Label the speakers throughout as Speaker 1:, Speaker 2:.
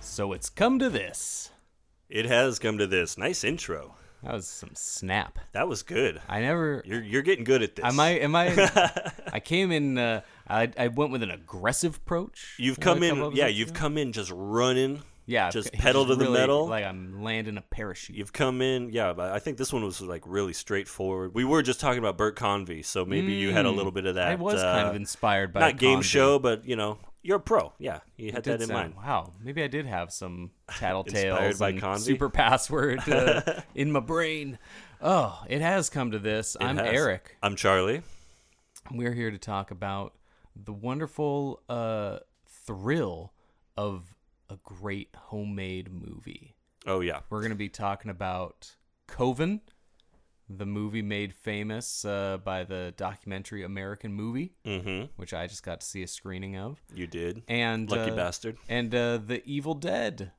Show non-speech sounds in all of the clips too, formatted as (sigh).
Speaker 1: So it's come to this.
Speaker 2: It has come to this. Nice intro.
Speaker 1: That was some snap.
Speaker 2: That was good.
Speaker 1: I never.
Speaker 2: You're you're getting good at this.
Speaker 1: Am I? Am
Speaker 2: (laughs)
Speaker 1: I? I came in. Uh, I I went with an aggressive approach.
Speaker 2: You've come in. yeah, you've come in just running.
Speaker 1: Yeah,
Speaker 2: just
Speaker 1: (laughs) I've-
Speaker 2: pedal to
Speaker 1: really,
Speaker 2: the metal.
Speaker 1: Like I'm landing a parachute.
Speaker 2: You've come in, yeah. But I think this one was like really straightforward. We were just talking about Burt Convey, so maybe you had a little bit of that.
Speaker 1: Hmm. I was kind
Speaker 2: uh,
Speaker 1: of inspired by
Speaker 2: not game
Speaker 1: Conde.
Speaker 2: show, but you know, you're a pro. Yeah, you had
Speaker 1: Did
Speaker 2: that in
Speaker 1: sound-
Speaker 2: mind.
Speaker 1: Wow, maybe I did have some
Speaker 2: Inspired
Speaker 1: tattletales
Speaker 2: by
Speaker 1: and
Speaker 2: Conde?
Speaker 1: super (laughs) password uh, in my brain. Oh, it has come to this. I'm
Speaker 2: Yes.
Speaker 1: Eric.
Speaker 2: I'm Charlie.
Speaker 1: We're here to talk about the wonderful uh, thrill of a great homemade movie.
Speaker 2: Oh yeah,
Speaker 1: We're going to be talking about Coven, the movie made famous uh, by the documentary American Movie,
Speaker 2: mm-hmm.
Speaker 1: which I just got to see a screening of,
Speaker 2: You did.
Speaker 1: and
Speaker 2: Lucky
Speaker 1: uh,
Speaker 2: bastard.
Speaker 1: and uh, The Evil Dead,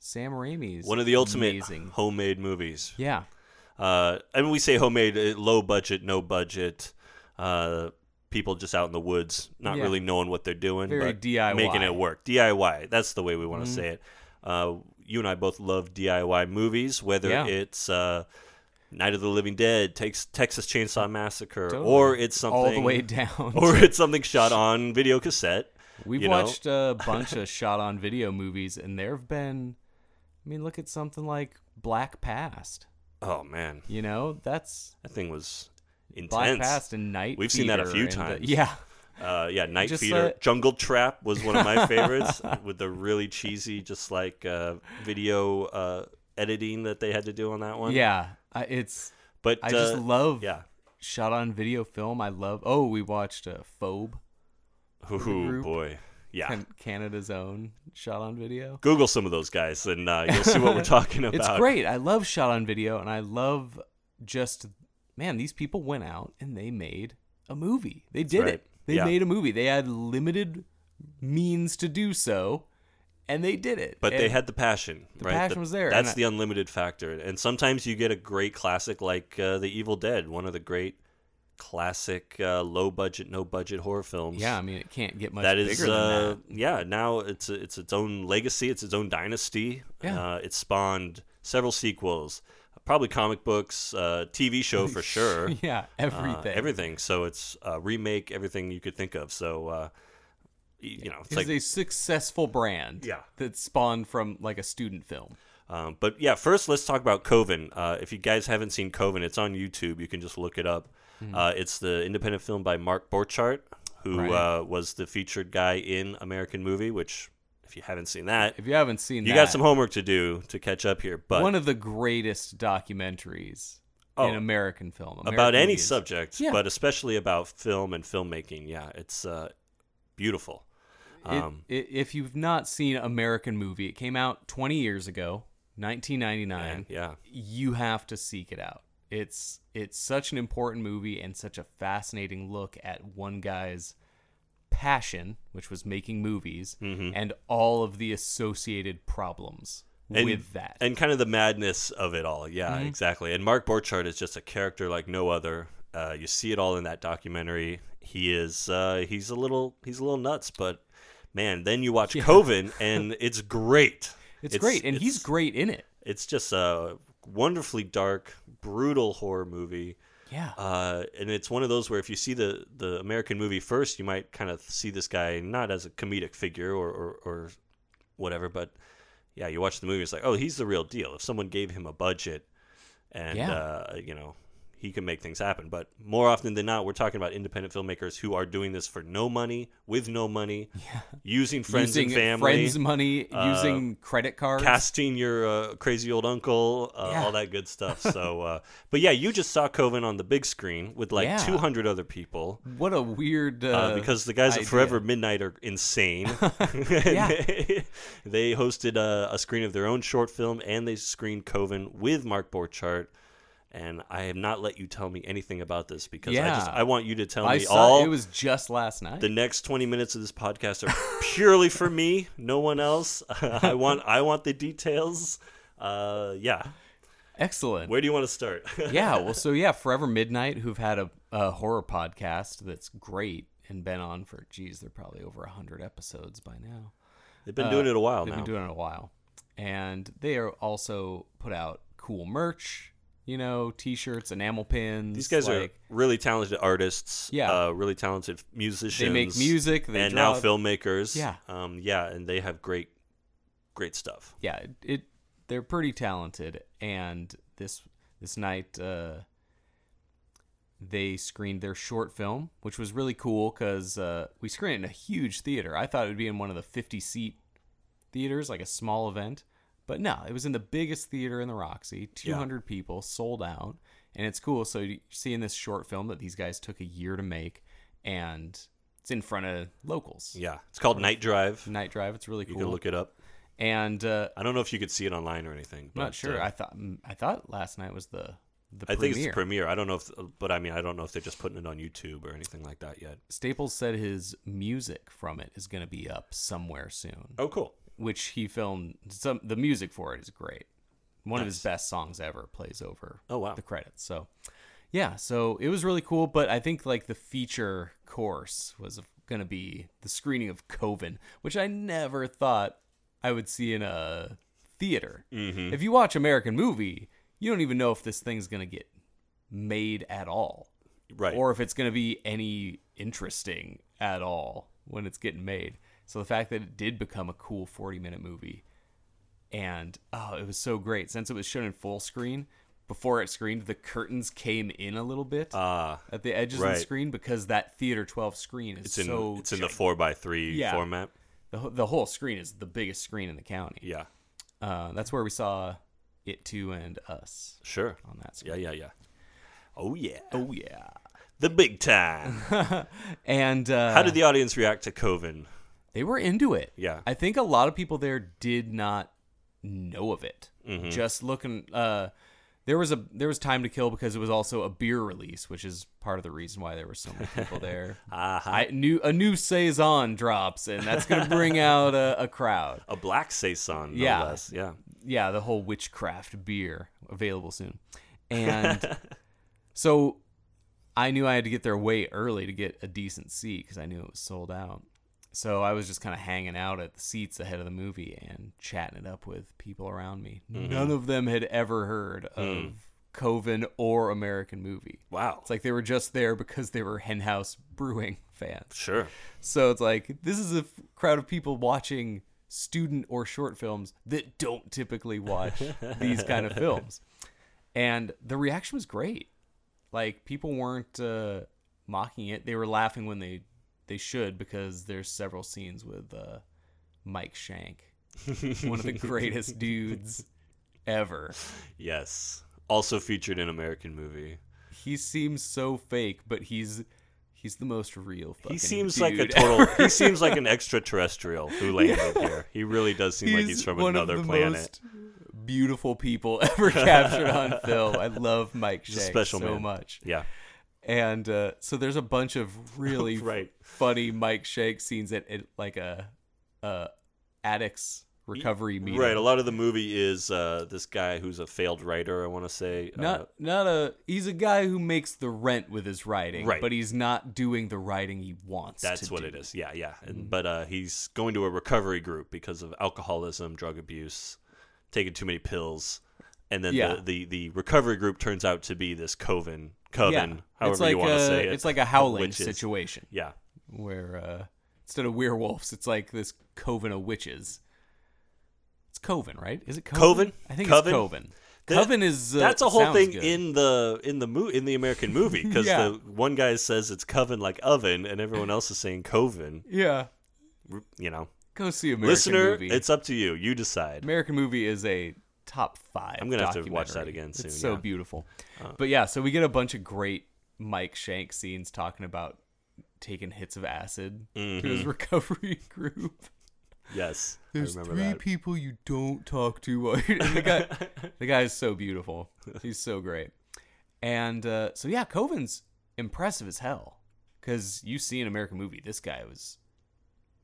Speaker 1: Sam Raimi's
Speaker 2: One of the ultimate
Speaker 1: amazing.
Speaker 2: homemade movies.
Speaker 1: yeah,
Speaker 2: Uh, and when we say homemade, uh, low budget, no budget. Uh, people just out in the woods, not
Speaker 1: Yeah.
Speaker 2: really knowing what they're doing,
Speaker 1: Very
Speaker 2: but
Speaker 1: DIY.
Speaker 2: making it work. DIY. That's the way we
Speaker 1: Mm-hmm.
Speaker 2: want to say it. Uh, you and I both love DIY movies, whether
Speaker 1: Yeah.
Speaker 2: it's uh, Night of the Living Dead, takes Texas Chainsaw Massacre,
Speaker 1: Totally.
Speaker 2: or it's something
Speaker 1: All the way
Speaker 2: (laughs)
Speaker 1: down
Speaker 2: or
Speaker 1: to-
Speaker 2: it's something shot on video cassette.
Speaker 1: We've
Speaker 2: you know?
Speaker 1: watched
Speaker 2: (laughs)
Speaker 1: a bunch of shot on video movies, and there have been. I mean, look at something like Black Past.
Speaker 2: Oh man,
Speaker 1: You know, that's
Speaker 2: that thing was intense.
Speaker 1: Black Past and Night.
Speaker 2: We've seen that a
Speaker 1: Feeder
Speaker 2: few
Speaker 1: and the- (laughs)
Speaker 2: times. (laughs)
Speaker 1: yeah,
Speaker 2: Uh, yeah, Night
Speaker 1: Just,
Speaker 2: Feeder,
Speaker 1: uh,
Speaker 2: Jungle Trap was one of my
Speaker 1: (laughs)
Speaker 2: favorites with the really cheesy, just like uh, video uh, editing that they had to do on that one.
Speaker 1: yeah. I, it's
Speaker 2: but
Speaker 1: I just
Speaker 2: uh,
Speaker 1: love
Speaker 2: Yeah,
Speaker 1: shot on video film. I love. Oh, we watched uh, Phobe,
Speaker 2: ooh
Speaker 1: group.
Speaker 2: boy, yeah.
Speaker 1: Can- Canada's own shot on video.
Speaker 2: Google some of those guys, and uh, you'll see
Speaker 1: (laughs)
Speaker 2: what we're talking about.
Speaker 1: It's great. I love shot on video, and I love just man. These people went out and they made a movie. They did
Speaker 2: right.
Speaker 1: it. They
Speaker 2: Yeah.
Speaker 1: made a movie. They had limited means to do so, and they did it.
Speaker 2: But they
Speaker 1: And-
Speaker 2: had the passion.
Speaker 1: The
Speaker 2: right?
Speaker 1: passion was there, and
Speaker 2: That's
Speaker 1: I-
Speaker 2: the unlimited factor. And sometimes you get a great classic like uh, The Evil Dead, one of the great classic uh, low budget, no budget horror films.
Speaker 1: yeah. I mean, it can't get much
Speaker 2: that is
Speaker 1: bigger than
Speaker 2: uh,
Speaker 1: that.
Speaker 2: yeah now it's it's its own legacy it's its own dynasty
Speaker 1: Yeah.
Speaker 2: uh, it spawned several sequels probably comic books uh, tv show
Speaker 1: (laughs)
Speaker 2: for sure
Speaker 1: Yeah,
Speaker 2: uh,
Speaker 1: everything.
Speaker 2: everything so it's uh, remake everything you could think of so uh, y- you know it's
Speaker 1: It's
Speaker 2: like
Speaker 1: a successful brand.
Speaker 2: Yeah.
Speaker 1: That spawned from like a student film.
Speaker 2: Um, but yeah, first let's talk about Coven. Uh, if you guys haven't seen Coven, it's on YouTube. You can just look it up. Uh, it's the independent film by Mark Borchardt, who
Speaker 1: Hmm. Right.
Speaker 2: uh, was the featured guy in American Movie. Which, if you haven't seen that,
Speaker 1: If you haven't seen
Speaker 2: you
Speaker 1: that,
Speaker 2: got some homework to do to catch up here. But
Speaker 1: one of the greatest documentaries
Speaker 2: Oh.
Speaker 1: in American film.
Speaker 2: about
Speaker 1: American
Speaker 2: any
Speaker 1: movies.
Speaker 2: subject,
Speaker 1: Yeah.
Speaker 2: but especially about film and filmmaking, yeah, it's uh, beautiful.
Speaker 1: It-
Speaker 2: Um,
Speaker 1: i- if you've not seen American Movie, it came out 20 years ago, 1999.
Speaker 2: and, yeah,
Speaker 1: You have to seek it out. It's it's such an important movie and such a fascinating look at one guy's passion, which was making movies,
Speaker 2: Mm-hmm.
Speaker 1: and all of the associated problems
Speaker 2: and,
Speaker 1: with that. Mm-hmm.
Speaker 2: and kind of the madness of it all. Yeah, exactly. And Mark Borchardt is just a character like no other. Uh, you see it all in that documentary. He is uh, he's a little he's a little nuts, but man, then you watch
Speaker 1: (laughs)
Speaker 2: Coven and it's great.
Speaker 1: it's, great, and he's
Speaker 2: it's-
Speaker 1: great in it.
Speaker 2: It's just a wonderfully dark, brutal horror movie.
Speaker 1: Yeah.
Speaker 2: Uh, and it's one of those where if you see the, the American movie first, you might kind of see this guy not as a comedic figure or, or, or whatever, but yeah, you watch the movie, it's like, oh, he's the real deal. If someone gave him a budget and,
Speaker 1: Yeah.
Speaker 2: uh, you know, he can make things happen. But more often than not, we're talking about independent filmmakers who are doing this for no money, with
Speaker 1: (laughs)
Speaker 2: no money, using friends
Speaker 1: using
Speaker 2: and family, uh,
Speaker 1: friends money, using credit cards.
Speaker 2: casting your uh, crazy old uncle, uh,
Speaker 1: Yeah.
Speaker 2: all that
Speaker 1: (laughs)
Speaker 2: good stuff. so, uh, but yeah, you just saw Coven on the big screen with like
Speaker 1: Yeah.
Speaker 2: 200 other people.
Speaker 1: what a weird uh,
Speaker 2: Uh, because the guys at
Speaker 1: idea.
Speaker 2: Forever Midnight are insane.
Speaker 1: (laughs)
Speaker 2: (laughs)
Speaker 1: Yeah.
Speaker 2: they hosted a, a screen of their own short film and they screened Coven with Mark Borchardt. And I have not let you tell me anything about this because I just
Speaker 1: Yeah.
Speaker 2: I want you to tell
Speaker 1: I
Speaker 2: me
Speaker 1: saw
Speaker 2: all.
Speaker 1: it was just last night.
Speaker 2: the next twenty minutes of this podcast are purely for me, no one else. (laughs) I want I want the details. Uh, yeah,
Speaker 1: Excellent.
Speaker 2: where do you want to start? (laughs)
Speaker 1: yeah, well, so yeah, Forever Midnight, who've had a, a horror podcast that's great and been on for, geez, they're probably over 100 episodes by now.
Speaker 2: They've been doing it a while
Speaker 1: Uh, They've
Speaker 2: now.
Speaker 1: been doing it a while. And they are also put out cool merch, you know, t shirts, enamel pins.
Speaker 2: These guys
Speaker 1: like,
Speaker 2: are really talented artists.
Speaker 1: Yeah.
Speaker 2: uh, really talented musicians.
Speaker 1: music, they
Speaker 2: and now
Speaker 1: draw-
Speaker 2: filmmakers.
Speaker 1: Yeah.
Speaker 2: um, yeah, and they have great, great stuff.
Speaker 1: yeah, it, it they're pretty talented. And this this night, uh, they screened their short film, which was really cool because uh, we screened it in a huge theater. I thought it would be in one of the fifty seat theaters, like a small event, but no, it was in the biggest theater in the Roxy. Two hundred people sold out, and it's cool. So you- seeing this short film that these guys took a year to make, and it's in front of locals.
Speaker 2: Yeah, it's called Night Drive.
Speaker 1: Night Drive. It's really
Speaker 2: You
Speaker 1: cool.
Speaker 2: can look it up.
Speaker 1: and uh,
Speaker 2: I don't know if you could see it online or anything. But,
Speaker 1: I'm not sure.
Speaker 2: uh,
Speaker 1: I thought mm, I thought last night was the the
Speaker 2: I
Speaker 1: premiere.
Speaker 2: think it's the premiere. I don't know if, but I mean, I don't know if they're just putting it on YouTube or anything like that yet.
Speaker 1: Staples said his music from it is going to be up somewhere soon,
Speaker 2: Oh, cool.
Speaker 1: which he filmed. Some the music for it is great. One of his best songs ever plays over.
Speaker 2: Oh, wow.
Speaker 1: the credits. So yeah, so it was really cool. But I think like the feature course was going to be the screening of Coven, which I never thought I would see in a theater.
Speaker 2: Mm-hmm.
Speaker 1: If you watch American movie, you don't even know if this thing's going to get made at all.
Speaker 2: Right.
Speaker 1: or if it's going to be any interesting at all when it's getting made. So the fact that it did become a cool 40 minute movie and oh, it was so great since it was shown in full screen before it screened the curtains came in a little bit
Speaker 2: uh,
Speaker 1: at the edges of
Speaker 2: right.
Speaker 1: the screen because that theater 12 screen is
Speaker 2: it's in
Speaker 1: so
Speaker 2: it's in the
Speaker 1: gi-
Speaker 2: four by three
Speaker 1: Yeah.
Speaker 2: format.
Speaker 1: the, wh- the whole screen is the biggest screen in the county.
Speaker 2: Yeah.
Speaker 1: Uh, that's where we saw it 2 and us
Speaker 2: Sure.
Speaker 1: on that screen.
Speaker 2: Yeah. Yeah. Yeah. Oh yeah.
Speaker 1: Oh yeah.
Speaker 2: The big time.
Speaker 1: And uh,
Speaker 2: How
Speaker 1: (laughs)
Speaker 2: did the audience react to Coven?
Speaker 1: they were into it.
Speaker 2: Yeah.
Speaker 1: I think a lot of people there did not know of it.
Speaker 2: Mm-hmm.
Speaker 1: Just looking uh there was a there was time to kill because it was also a beer release, which is part of the reason why there were so many people there.
Speaker 2: (laughs) Uh-huh.
Speaker 1: I new a new saison drops and that's gonna bring
Speaker 2: (laughs)
Speaker 1: out a, a crowd.
Speaker 2: A black saison, no
Speaker 1: Yeah.
Speaker 2: less. Yeah.
Speaker 1: Yeah, the whole witchcraft beer available soon, and so I knew I had to get there way early to get a decent seat because I knew it was sold out. So I was just kind of hanging out at the seats ahead of the movie and chatting it up with people around me. None of them had ever heard of Coven or American Movie.
Speaker 2: Wow.
Speaker 1: It's like they were just there because they were (laughs) Henhouse Brewing fans.
Speaker 2: sure.
Speaker 1: So it's like this is a f- crowd of people watching student or short films that don't typically
Speaker 2: (laughs)
Speaker 1: watch these kind of films. And the reaction was great. Like people weren't uh, mocking it; they were laughing when they they should because there's several scenes with uh, Mike Shank, (laughs) one of
Speaker 2: (laughs)
Speaker 1: the greatest dudes ever.
Speaker 2: Yes. Also featured in American movie.
Speaker 1: He seems so fake, but he's he's the most real. Fucking
Speaker 2: He seems like a
Speaker 1: dude
Speaker 2: total.
Speaker 1: (laughs)
Speaker 2: He seems like an extraterrestrial who landed here. He really does seem like he's from
Speaker 1: one
Speaker 2: another
Speaker 1: of the
Speaker 2: planet.
Speaker 1: Most beautiful people (laughs) ever captured
Speaker 2: (laughs)
Speaker 1: on film. I love Mike
Speaker 2: He's a
Speaker 1: Shank
Speaker 2: special
Speaker 1: so
Speaker 2: man.
Speaker 1: much.
Speaker 2: Yeah,
Speaker 1: And uh, so there's a bunch
Speaker 2: (laughs)
Speaker 1: of really
Speaker 2: Right.
Speaker 1: funny Mike Shank scenes at, at like a, a addicts recovery meeting.
Speaker 2: right. A lot of the movie is uh, this guy who's a failed writer. I want to say. uh,
Speaker 1: Not not a he's a guy who makes the rent with his writing,
Speaker 2: Right.
Speaker 1: but he's not doing the writing he wants.
Speaker 2: that's
Speaker 1: to
Speaker 2: what
Speaker 1: do. Mm-hmm.
Speaker 2: it is. Yeah, yeah. And, but uh, he's going to a recovery group because of alcoholism, drug abuse, taking too many pills, and then
Speaker 1: Yeah.
Speaker 2: the, the, the recovery group turns out to be this coven coven. However
Speaker 1: it's like
Speaker 2: you want
Speaker 1: a,
Speaker 2: to say it.
Speaker 1: it's like a howling
Speaker 2: Witches.
Speaker 1: situation.
Speaker 2: Yeah.
Speaker 1: where uh, instead of werewolves, it's like this coven of witches. It's coven, right? Is it coven?
Speaker 2: Coven?
Speaker 1: I think
Speaker 2: Coven?
Speaker 1: it's coven.
Speaker 2: Th-
Speaker 1: Coven is uh,
Speaker 2: that's a whole
Speaker 1: sounds
Speaker 2: thing
Speaker 1: good.
Speaker 2: in the in the mo- in the
Speaker 1: (laughs)
Speaker 2: American movie because
Speaker 1: Yeah.
Speaker 2: the one guy says it's coven like oven and everyone else is saying coven.
Speaker 1: yeah.
Speaker 2: You know,
Speaker 1: Go see American
Speaker 2: listener,
Speaker 1: movie.
Speaker 2: it's up to you. You decide.
Speaker 1: American movie is a top five.
Speaker 2: I'm gonna have to watch that
Speaker 1: documentary.
Speaker 2: again soon,
Speaker 1: It's so
Speaker 2: yeah. Uh.
Speaker 1: beautiful. but yeah, so we get a bunch of great Mike Shank scenes talking about taking hits of acid to his (laughs)
Speaker 2: Mm-hmm.
Speaker 1: recovery group.
Speaker 2: Yes,
Speaker 1: There's
Speaker 2: I
Speaker 1: three
Speaker 2: remember (laughs) that.
Speaker 1: people you don't talk to. (laughs) while you're- And the guy, the guy is so beautiful. (laughs) He's so great. And uh, so yeah, Coven's impressive as hell because you see an American movie, this guy was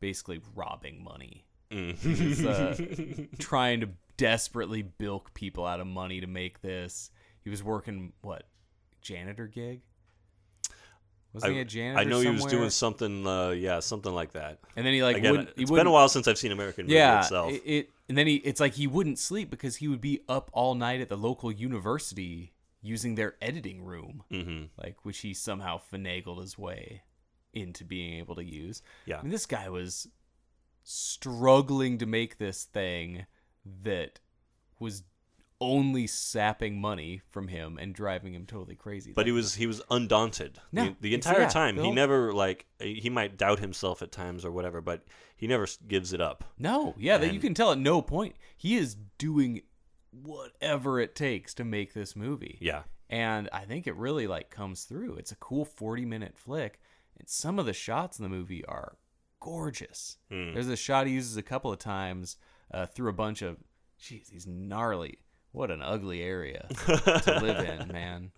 Speaker 1: basically robbing money.
Speaker 2: Mm-hmm.
Speaker 1: He was uh,
Speaker 2: (laughs)
Speaker 1: trying to desperately bilk people out of money to make this. He was working what janitor gig? Wasn't he a janitor?
Speaker 2: I know he was
Speaker 1: somewhere?
Speaker 2: doing something. Uh, yeah, something like that.
Speaker 1: And then he like
Speaker 2: Again,
Speaker 1: wouldn't.
Speaker 2: it's
Speaker 1: He
Speaker 2: been a
Speaker 1: wouldn't-
Speaker 2: while since I've seen American movie
Speaker 1: yeah,
Speaker 2: itself.
Speaker 1: It, it and then he it's like he wouldn't sleep because he would be up all night at the local university using their editing room,
Speaker 2: hmm
Speaker 1: like which he somehow finagled his way into being able to use.
Speaker 2: Yeah.
Speaker 1: I mean, this guy was struggling to make this thing that was only sapping money from him and driving him totally crazy.
Speaker 2: But he
Speaker 1: Like,
Speaker 2: was he was undaunted
Speaker 1: No,
Speaker 2: the, the
Speaker 1: it's-
Speaker 2: entire
Speaker 1: yeah,
Speaker 2: time.
Speaker 1: the
Speaker 2: He
Speaker 1: whole-
Speaker 2: never like he might doubt himself at times or whatever, but he never s- gives it up.
Speaker 1: No, yeah, that you
Speaker 2: And-
Speaker 1: can tell at no point he is doing whatever it takes to make this movie.
Speaker 2: Yeah,
Speaker 1: and I think it really like comes through. It's a cool 40 minute flick, and some of the shots in the movie are gorgeous. There's a shot he uses a couple of times uh, through a bunch of, jeez, he's gnarly. What an ugly area to live in, man.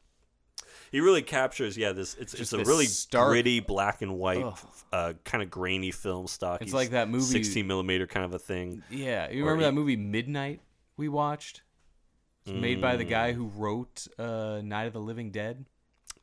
Speaker 2: he really captures. Yeah, this it's it's
Speaker 1: Just
Speaker 2: a
Speaker 1: this
Speaker 2: really
Speaker 1: stark-
Speaker 2: gritty black and white,
Speaker 1: Ugh.
Speaker 2: uh, kind of grainy film stock.
Speaker 1: It's like that movie-
Speaker 2: sixteen millimeter kind of a thing.
Speaker 1: Yeah, you
Speaker 2: Or
Speaker 1: remember
Speaker 2: he-
Speaker 1: that movie Midnight we watched? It's made by the
Speaker 2: Mm,
Speaker 1: guy who wrote uh, Night of the Living Dead.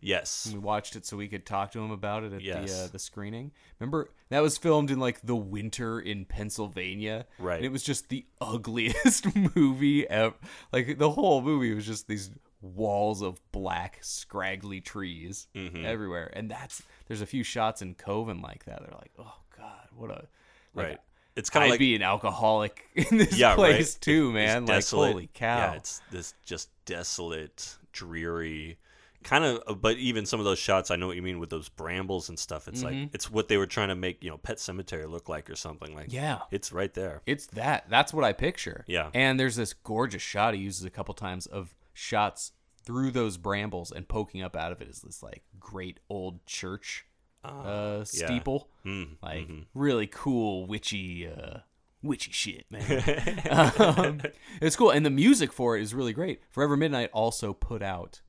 Speaker 2: Yes,
Speaker 1: We watched it so we could talk to him about it at the uh,
Speaker 2: Yes.
Speaker 1: the screening. Remember that was filmed in like the winter in Pennsylvania,
Speaker 2: Right.
Speaker 1: And it was just the (laughs) ugliest movie ever. Like the whole movie was just these walls of black, scraggly trees
Speaker 2: Mm-hmm.
Speaker 1: everywhere. And that's there's a few shots in Coven like that. They're like, oh god, what a like,
Speaker 2: right. It's
Speaker 1: I'd
Speaker 2: kind of like
Speaker 1: be an alcoholic (laughs) in this
Speaker 2: yeah,
Speaker 1: place
Speaker 2: right?
Speaker 1: too,
Speaker 2: It's
Speaker 1: man. Like,
Speaker 2: desolate.
Speaker 1: holy cow!
Speaker 2: Yeah, it's this just desolate, dreary, kind of. But even some of those shots, I know what you mean with those brambles and stuff. It's like
Speaker 1: Mm-hmm.
Speaker 2: it's what they were trying to make, you know, Pet Cemetery look like or something like.
Speaker 1: Yeah.
Speaker 2: it's right there.
Speaker 1: It's that. That's what I picture.
Speaker 2: Yeah.
Speaker 1: And there's this gorgeous shot he uses a couple times of shots through those brambles and poking up out of it is this like great old church
Speaker 2: Ah.
Speaker 1: uh,
Speaker 2: yeah.
Speaker 1: steeple.
Speaker 2: Mm,
Speaker 1: Like really cool witchy uh, witchy shit,
Speaker 2: hmm. (laughs)
Speaker 1: man. (laughs) um, it's cool, and the music for it is really great. Forever Midnight also put out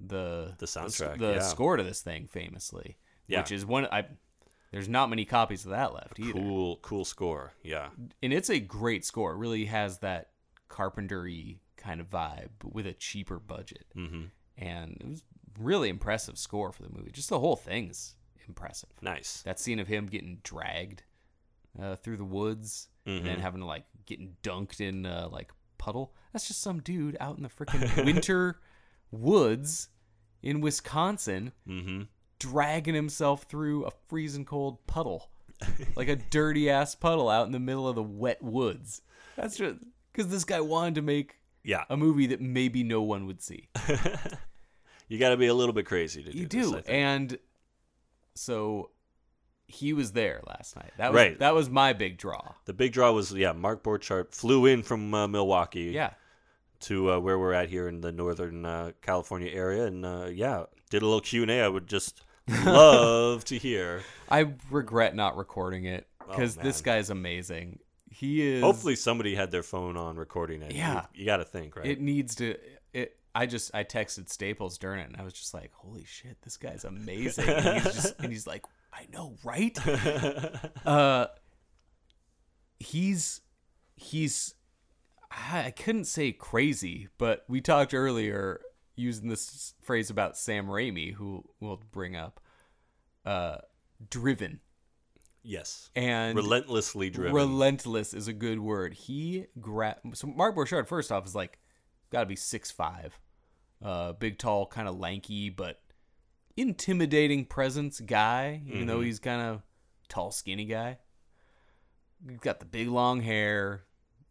Speaker 1: the
Speaker 2: The soundtrack,
Speaker 1: the,
Speaker 2: yeah.
Speaker 1: score to this thing famously,
Speaker 2: Yeah.
Speaker 1: which is one I. There's not many copies of that left either
Speaker 2: Cool, cool score. Yeah,
Speaker 1: and it's a great score. It really has that carpentery kind of vibe, but with a cheaper budget. Mm-hmm. And it was really impressive score for the movie. Just the whole thing's impressive.
Speaker 2: nice.
Speaker 1: That scene of him getting dragged uh, through the woods and then having to like getting dunked in uh, like puddle. That's just some dude out in the freaking winter woods in Wisconsin
Speaker 2: Mm-hmm.
Speaker 1: dragging himself through a freezing cold puddle, like
Speaker 2: (laughs)
Speaker 1: a dirty ass puddle out in the middle of the wet woods. That's just because this guy wanted to make
Speaker 2: Yeah,
Speaker 1: a movie that maybe no one would see.
Speaker 2: you got to be a little bit crazy to do.
Speaker 1: You
Speaker 2: this,
Speaker 1: do,
Speaker 2: I think.
Speaker 1: and so he was there last night. That was
Speaker 2: Right.
Speaker 1: that was my big draw.
Speaker 2: the big draw was yeah. Mark Borchardt flew in from uh, Milwaukee.
Speaker 1: Yeah,
Speaker 2: to uh, where we're at here in the northern uh, California area, and uh, yeah, did a little Q and A. I
Speaker 1: (laughs)
Speaker 2: would just love to hear.
Speaker 1: I regret not recording it because
Speaker 2: Oh,
Speaker 1: this
Speaker 2: man.
Speaker 1: guy's amazing. He is
Speaker 2: Hopefully, somebody had their phone on recording it. You-
Speaker 1: Yeah.
Speaker 2: you, got to think, right?
Speaker 1: It needs to. It. I just I texted Staples during it, and I was just like, "Holy shit, this guy's amazing!" And he's, just, and he's like, "I know, right?" uh, he's he's I, I couldn't say crazy, but we talked earlier using this phrase about Sam Raimi, who we'll bring up, uh, driven
Speaker 2: (laughs) yes,
Speaker 1: and
Speaker 2: relentlessly driven.
Speaker 1: Relentless is a good word. He gra- so Mark Borchardt first off is like got to be six five, uh, big, tall, kind of lanky, but intimidating presence guy. Even though he's kind of tall, skinny guy, he's got the big long hair,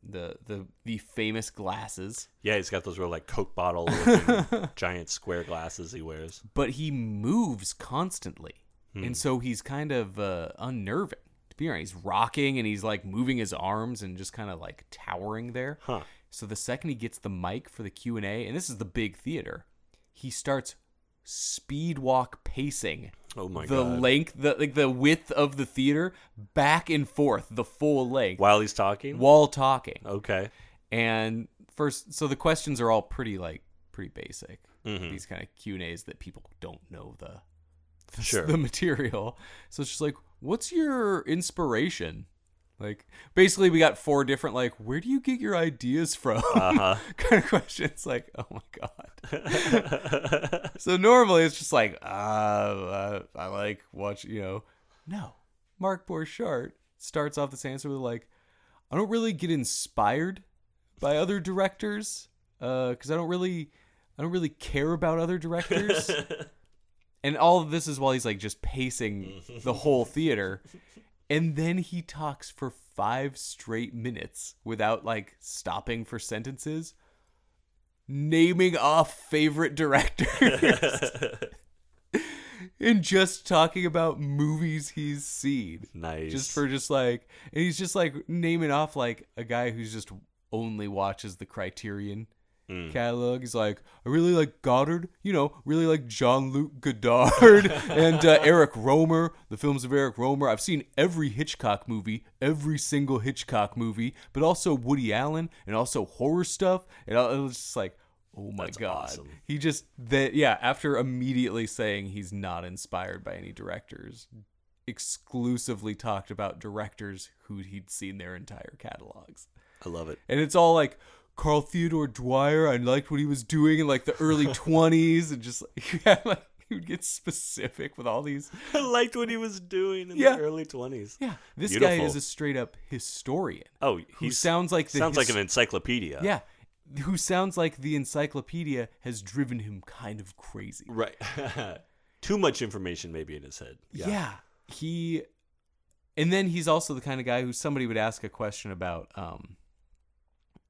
Speaker 1: the the the famous glasses,
Speaker 2: Yeah, he's got those real like Coke
Speaker 1: (laughs)
Speaker 2: bottle looking giant square glasses he wears.
Speaker 1: but he moves constantly, and so he's kind of uh, unnerving. To be honest, he's rocking and he's like moving his arms and just kind of like towering there.
Speaker 2: Huh.
Speaker 1: So the second he gets the mic for the Q and A, and this is the big theater, he starts speed walk pacing
Speaker 2: Oh my
Speaker 1: the
Speaker 2: god.
Speaker 1: length, the like the width of the theater back and forth, the full length
Speaker 2: While he's talking?
Speaker 1: while talking.
Speaker 2: Okay.
Speaker 1: And first, so the questions are all pretty like pretty basic.
Speaker 2: Mm-hmm.
Speaker 1: These kind of Q and A's that people don't know the the,
Speaker 2: Sure.
Speaker 1: the (laughs) material. So it's just like, what's your inspiration? Like basically, we got four different like, where do you get your ideas from? (laughs) kind of questions. Like, oh my god. (laughs) so normally it's just like, uh, uh, I like watch, you know. No, Mark Borchardt starts off this answer with like, I don't really get inspired by other directors because I don't really, I don't really care about other directors. and all of this is while he's like just pacing the whole theater, and then he talks for five straight minutes without like stopping for sentences, naming off favorite directors. And just talking about movies he's seen
Speaker 2: Nice.
Speaker 1: just for just like and he's just like naming off like a guy who's just only watches the criterion catalog he's like i really like goddard you know really like jean-luc godard (laughs) and uh, eric romer the films of eric romer i've seen every hitchcock movie every single hitchcock movie but also woody allen and also horror stuff and i was just like oh my god
Speaker 2: awesome.
Speaker 1: he just that yeah after immediately saying he's not inspired by any directors exclusively talked about directors who he'd seen their entire catalogs.
Speaker 2: I love it. (laughs)
Speaker 1: And it's all like Carl Theodore Dwyer, I liked what he was doing in like the
Speaker 2: (laughs)
Speaker 1: early 20s and just like, (laughs) yeah, like he would get specific with all these.
Speaker 2: I liked what he was doing in
Speaker 1: Yeah.
Speaker 2: the early twenties.
Speaker 1: Yeah, this guy
Speaker 2: Beautiful.
Speaker 1: is a straight up historian.
Speaker 2: Oh,
Speaker 1: who
Speaker 2: he
Speaker 1: sounds like the
Speaker 2: sounds like
Speaker 1: his-
Speaker 2: an encyclopedia.
Speaker 1: Yeah. Who sounds like the encyclopedia has driven him kind of crazy.
Speaker 2: Right. (laughs) Too much information maybe in his head.
Speaker 1: Yeah. He and then he's also the kind of guy who somebody would ask a question about um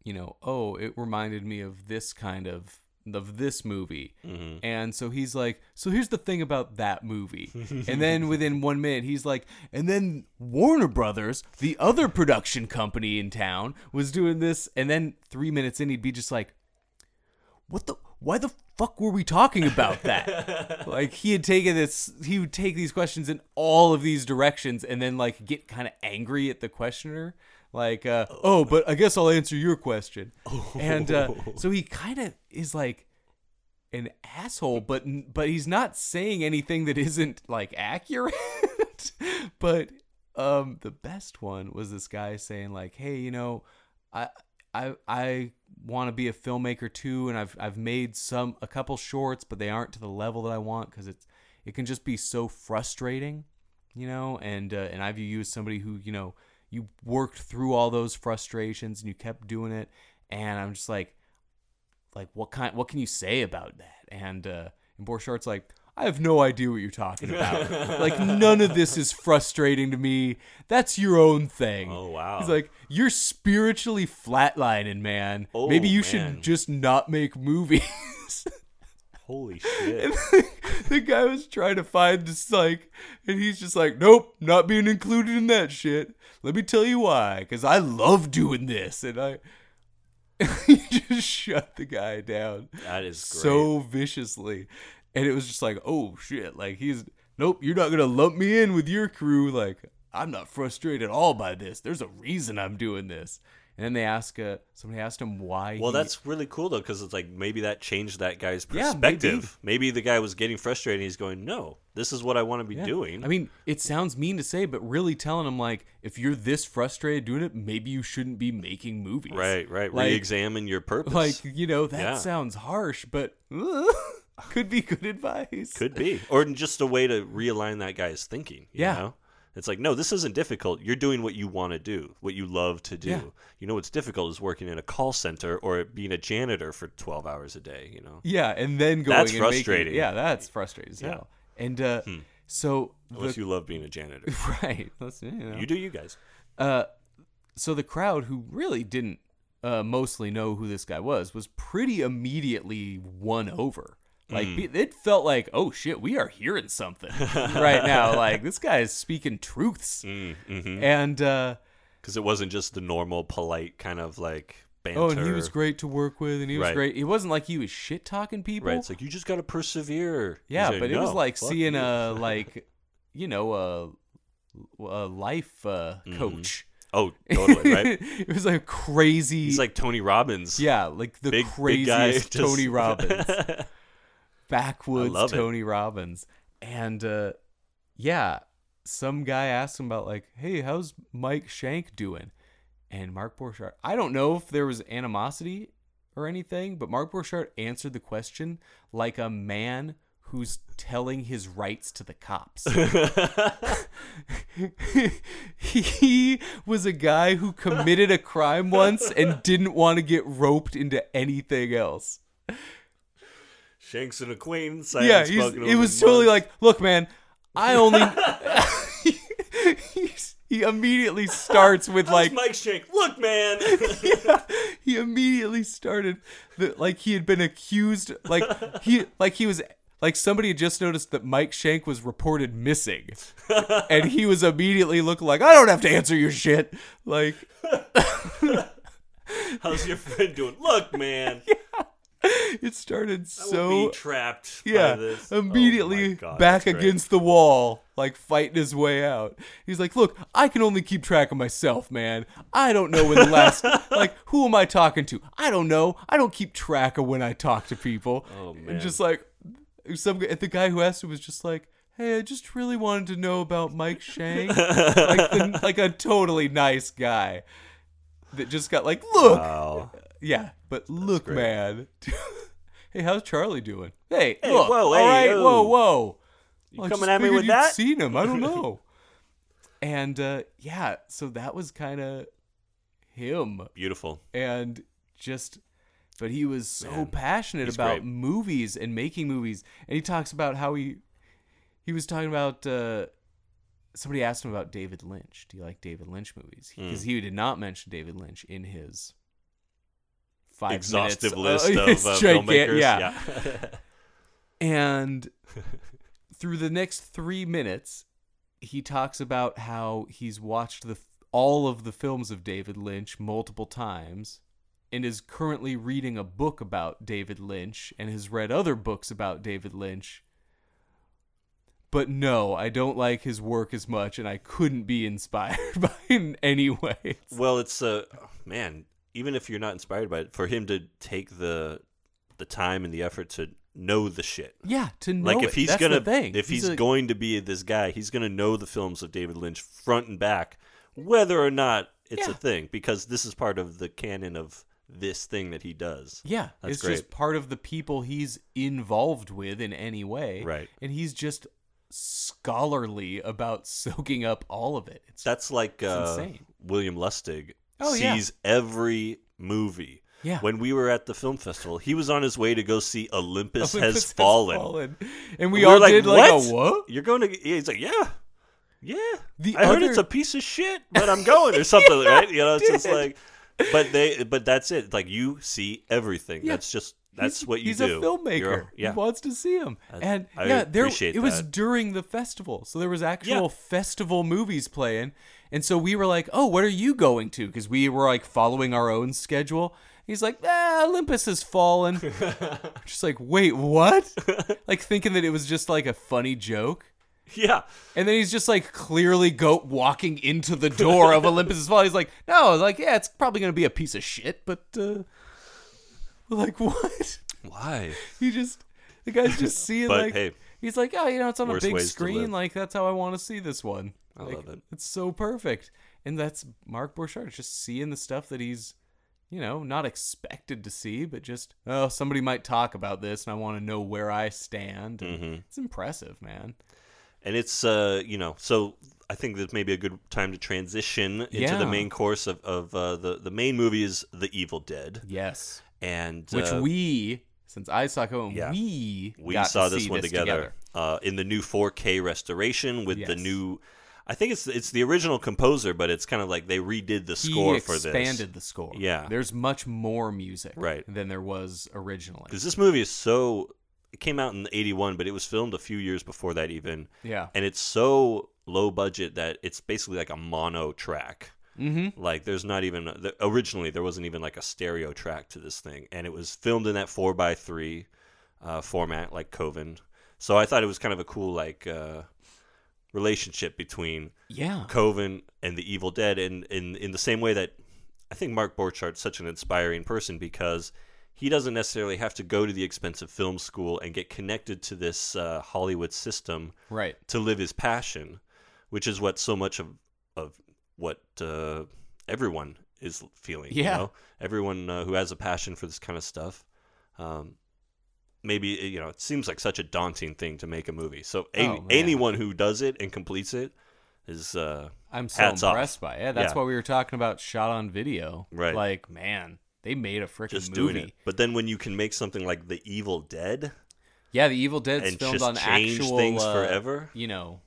Speaker 1: you know, oh, it reminded me of this kind of of this movie. And so he's like, so here's the thing about that movie. and then within 1 minute he's like, and then Warner Brothers, the other production company in town, was doing this and then 3 minutes in he'd be just like, what the why the fuck were we talking about that like he had taken this he would take these questions in all of these directions and then like get kind of angry at the questioner like uh, oh but i guess i'll answer your question and uh, so he kind of is like an asshole but but he's not saying anything that isn't like accurate (laughs) but um the best one was this guy saying like hey you know i i i want to be a filmmaker too and i've i've made some a couple shorts but they aren't to the level that i want because it's it can just be so frustrating you know and uh, and i view you as somebody who you know you worked through all those frustrations and you kept doing it and i'm just like like what kind what can you say about that and uh and Borchart's like I have no idea what you're talking about. like none of this is frustrating to me. That's your own thing.
Speaker 2: Oh, wow.
Speaker 1: He's like you're spiritually flatlining, man. Maybe
Speaker 2: Oh,
Speaker 1: you
Speaker 2: man.
Speaker 1: should just not make movies. (laughs)
Speaker 2: Holy shit.
Speaker 1: the guy was trying to find this like and he's just like nope not being included in that shit let me tell you why because i love doing this and i (laughs) he just shut the guy down
Speaker 2: that is great.
Speaker 1: so viciously and it was just like oh shit like he's nope you're not gonna lump me in with your crew like i'm not frustrated at all by this there's a reason i'm doing this and then they ask uh, somebody asked him why
Speaker 2: Well,
Speaker 1: he-
Speaker 2: that's really cool though, because it's like maybe that changed that guy's
Speaker 1: Yeah, maybe.
Speaker 2: perspective. maybe. the guy was getting frustrated. and He's going, "No, this is what I want to be
Speaker 1: Yeah.
Speaker 2: doing."
Speaker 1: I mean, it sounds mean to say, but really telling them like, if you're this frustrated doing it, maybe you shouldn't be making movies.
Speaker 2: right, right.
Speaker 1: Like,
Speaker 2: Re-examine your purpose.
Speaker 1: like you know, that
Speaker 2: Yeah.
Speaker 1: sounds harsh, but (laughs) could be good advice.
Speaker 2: Could be, or just a way to realign that guy's thinking. you
Speaker 1: Yeah.
Speaker 2: know? it's like, no, this isn't difficult. You're doing what you want to do, what you love to do.
Speaker 1: Yeah.
Speaker 2: You know, what's difficult is working in a call center or being a janitor for 12 hours a day. You know,
Speaker 1: yeah, and then going
Speaker 2: That's
Speaker 1: and making-
Speaker 2: frustrating.
Speaker 1: yeah, that's frustrating as
Speaker 2: Yeah. Hmm.
Speaker 1: hell. And uh, so the, (laughs)
Speaker 2: unless you love being a janitor,
Speaker 1: right, let's, you know.
Speaker 2: you do you guys.
Speaker 1: so the crowd who really didn't uh, mostly know who this guy was was pretty immediately won over. Like
Speaker 2: Hmm.
Speaker 1: be- it felt like, oh shit, we are hearing something (laughs) right
Speaker 2: (laughs)
Speaker 1: now. Like this guy is speaking truths,
Speaker 2: Mm-hmm.
Speaker 1: and uh,
Speaker 2: because Mm, it wasn't just the normal, polite kind of like banter.
Speaker 1: oh, and he was great to work with, and he was
Speaker 2: Right.
Speaker 1: great. It wasn't like he was shit talking people,
Speaker 2: Right, it's like you just gotta persevere. He's
Speaker 1: Yeah,
Speaker 2: like,
Speaker 1: but it was
Speaker 2: "No,
Speaker 1: like
Speaker 2: fuck
Speaker 1: seeing
Speaker 2: you." (laughs)
Speaker 1: a like, you know, a, a life uh, coach.
Speaker 2: oh totally right.
Speaker 1: (laughs) it was like crazy.
Speaker 2: He's like Tony Robbins.
Speaker 1: yeah, like the
Speaker 2: big- big guy,
Speaker 1: craziest
Speaker 2: (laughs) just-
Speaker 1: Tony Robbins,
Speaker 2: (laughs)
Speaker 1: backwoods
Speaker 2: love it.
Speaker 1: Tony Robbins, and uh, yeah, some guy asked him about like, hey, how's Mike Shank doing? And Mark Borchardt, I don't know if there was animosity or anything, but Mark Borchardt answered the question like a man who's telling his rights to the
Speaker 2: (laughs)
Speaker 1: cops. (laughs) he was a guy who committed a crime once and didn't want to get roped into anything else.
Speaker 2: Shanks and a queen. I
Speaker 1: yeah,
Speaker 2: haven't
Speaker 1: he's,
Speaker 2: spoken to
Speaker 1: it
Speaker 2: him
Speaker 1: was
Speaker 2: in
Speaker 1: totally
Speaker 2: months.
Speaker 1: like, look, man, I
Speaker 2: (laughs)
Speaker 1: only. (laughs) He's- he immediately starts with
Speaker 2: How's
Speaker 1: like
Speaker 2: Mike Shank. Look, man.
Speaker 1: (laughs) he immediately started the, like he had been accused like he like he was like somebody had just noticed that Mike Shank was reported missing and he was immediately looking like I don't have to answer your shit like
Speaker 2: How's your friend doing? Look,
Speaker 1: (laughs)
Speaker 2: man.
Speaker 1: it started
Speaker 2: I won't
Speaker 1: so
Speaker 2: be trapped. by
Speaker 1: yeah
Speaker 2: this. Oh my
Speaker 1: immediately
Speaker 2: God,
Speaker 1: back
Speaker 2: that's great. (laughs)
Speaker 1: against the wall like fighting his way out he's like look i can only keep track of myself man i don't know when the last
Speaker 2: (laughs)
Speaker 1: like who am i talking to i don't know i don't keep track of when i talk to people oh man and just like some guy- the guy who asked him was just like hey i just really wanted to know about mike
Speaker 2: (laughs)
Speaker 1: shank like, the, like a totally nice guy that just got like look
Speaker 2: Wow.
Speaker 1: yeah, but look, man. (laughs) hey, how's Charlie doing? Hey,
Speaker 2: Hey,
Speaker 1: look,
Speaker 2: whoa,
Speaker 1: all
Speaker 2: hey,
Speaker 1: right,
Speaker 2: yo.
Speaker 1: whoa, whoa. You
Speaker 2: coming at me with
Speaker 1: you'd
Speaker 2: that?
Speaker 1: Seen him?
Speaker 2: (laughs)
Speaker 1: I don't know. and uh, yeah, so that was kind of him,
Speaker 2: Beautiful.
Speaker 1: and just, but he was so passionate
Speaker 2: he's
Speaker 1: about
Speaker 2: great.
Speaker 1: movies and making movies, and he talks about how he, he was talking about. Uh, Somebody asked him about David Lynch. Do you like David Lynch movies?
Speaker 2: Hmm.
Speaker 1: Because he did not mention David Lynch in his five
Speaker 2: Exhaustive
Speaker 1: minutes, (laughs)
Speaker 2: list of
Speaker 1: his
Speaker 2: uh,
Speaker 1: gigan-
Speaker 2: filmmakers.
Speaker 1: Yeah. (laughs) And through the next three minutes, he talks about how he's watched the all of the films of David Lynch multiple times and is currently reading a book about David Lynch and has read other books about David Lynch. But no, I don't like his work as much and I couldn't be inspired (laughs) by it in any way. It's-
Speaker 2: Well, it's uh, man. Even if you're not inspired by it, for him to take the the time and the effort to know the shit.
Speaker 1: yeah, to know
Speaker 2: Like if
Speaker 1: it,
Speaker 2: he's
Speaker 1: that's the
Speaker 2: gonna
Speaker 1: thing.
Speaker 2: if he's,
Speaker 1: a-
Speaker 2: going to be this guy, he's gonna know the films of David Lynch front and back, whether or not it's a
Speaker 1: Yeah.
Speaker 2: thing, because this is part of the canon of this thing that he does.
Speaker 1: Yeah,
Speaker 2: That's
Speaker 1: it's
Speaker 2: great.
Speaker 1: just part of the people he's involved with in any way.
Speaker 2: Right.
Speaker 1: And he's just scholarly about (laughs) soaking up all of it. It's
Speaker 2: That's like uh,
Speaker 1: insane.
Speaker 2: William Lustig
Speaker 1: Oh, yeah.
Speaker 2: sees every movie.
Speaker 1: Yeah.
Speaker 2: When we were at the film festival, he was on his way to go see
Speaker 1: (laughs)
Speaker 2: Olympus,
Speaker 1: Olympus
Speaker 2: Has Fallen.
Speaker 1: And we
Speaker 2: were
Speaker 1: all did like a what?
Speaker 2: You're going to? yeah, He's like, yeah, yeah.
Speaker 1: The
Speaker 2: I heard
Speaker 1: other-
Speaker 2: it's a piece of shit, but I'm going
Speaker 1: (laughs)
Speaker 2: or something, right? You know, it's just
Speaker 1: did.
Speaker 2: like, but they, but that's it. Like you see everything.
Speaker 1: Yeah.
Speaker 2: That's just that's
Speaker 1: he's,
Speaker 2: what you
Speaker 1: he's
Speaker 2: do.
Speaker 1: a filmmaker.
Speaker 2: You're- yeah.
Speaker 1: He wants to see him.
Speaker 2: I-
Speaker 1: and
Speaker 2: I
Speaker 1: yeah, there
Speaker 2: appreciate
Speaker 1: it was
Speaker 2: that.
Speaker 1: during the festival. So there was actual festival movies playing. And so we were like, "Oh, what are you going to?" cuz we were like following our own schedule. He's like, "Ah, Olympus has
Speaker 2: (laughs)
Speaker 1: fallen." just like, "Wait, what?" like thinking that it was just like a funny joke.
Speaker 2: (laughs) yeah.
Speaker 1: And then he's just like clearly go walking into the door of Olympus as well. He's like, no, like yeah, it's probably gonna be a piece of shit, but uh, like (laughs) what?
Speaker 2: Why?
Speaker 1: (laughs) He just the guy's
Speaker 2: (laughs)
Speaker 1: just seeing
Speaker 2: But,
Speaker 1: like
Speaker 2: hey,
Speaker 1: he's like, oh, you know, it's on a
Speaker 2: worse
Speaker 1: big
Speaker 2: ways to live.
Speaker 1: screen. Like that's how I want to see this one. I
Speaker 2: love it.
Speaker 1: It's so perfect, and that's Mark Borchardt just seeing the stuff that he's. You know, not expected to see, but just oh, somebody might talk about this, and I want to know where I stand. And
Speaker 2: Mm-hmm.
Speaker 1: It's impressive, man.
Speaker 2: And it's uh, you know, so I think this may be a good time to transition into the
Speaker 1: Yeah.
Speaker 2: main course of, of uh, the the main movie is The Evil Dead,
Speaker 1: Yes,
Speaker 2: and
Speaker 1: which
Speaker 2: uh,
Speaker 1: we since I saw Cohen,
Speaker 2: yeah.
Speaker 1: we
Speaker 2: we
Speaker 1: got
Speaker 2: saw
Speaker 1: to
Speaker 2: this
Speaker 1: see
Speaker 2: one
Speaker 1: this
Speaker 2: together, Uh, in the new 4K restoration with the
Speaker 1: Yes.
Speaker 2: new. I think it's it's the original composer, but it's kind of like they redid the score
Speaker 1: he
Speaker 2: for this.
Speaker 1: expanded the score.
Speaker 2: Yeah.
Speaker 1: there's much more music
Speaker 2: Right.
Speaker 1: than there was originally.
Speaker 2: because this movie is so it came out in 81 but it was filmed a few years before that even
Speaker 1: Yeah.
Speaker 2: and it's so low budget that it's basically like a mono track mm-hmm. like there's not even the, originally there wasn't even like a stereo track to this thing and it was filmed in that 4x3 uh, format like coven so i thought it was kind of a cool like uh, relationship between
Speaker 1: Yeah,
Speaker 2: Coven and the Evil Dead, and in in the same way that I think Mark Borchardt's such an inspiring person because he doesn't necessarily have to go to the expensive film school and get connected to this uh, Hollywood system
Speaker 1: right.
Speaker 2: to live his passion, which is what so much of of what uh, everyone is feeling.
Speaker 1: Yeah.
Speaker 2: you know? everyone uh, who has a passion for this kind of stuff. Um, maybe eh, you know it seems like such a daunting thing to make a movie. So a-
Speaker 1: Oh, man.
Speaker 2: anyone who does it and completes it is uh,
Speaker 1: I'm so
Speaker 2: hats off.
Speaker 1: impressed by it. That's
Speaker 2: Yeah.
Speaker 1: why we were talking about shot on video.
Speaker 2: Right.
Speaker 1: Like, man, they made a freaking
Speaker 2: just
Speaker 1: movie.
Speaker 2: doing it. But then when you can make something like The Evil Dead,
Speaker 1: Yeah, The Evil Dead's
Speaker 2: And
Speaker 1: filmed
Speaker 2: just
Speaker 1: on
Speaker 2: change
Speaker 1: actual
Speaker 2: things
Speaker 1: uh,
Speaker 2: forever?
Speaker 1: You know,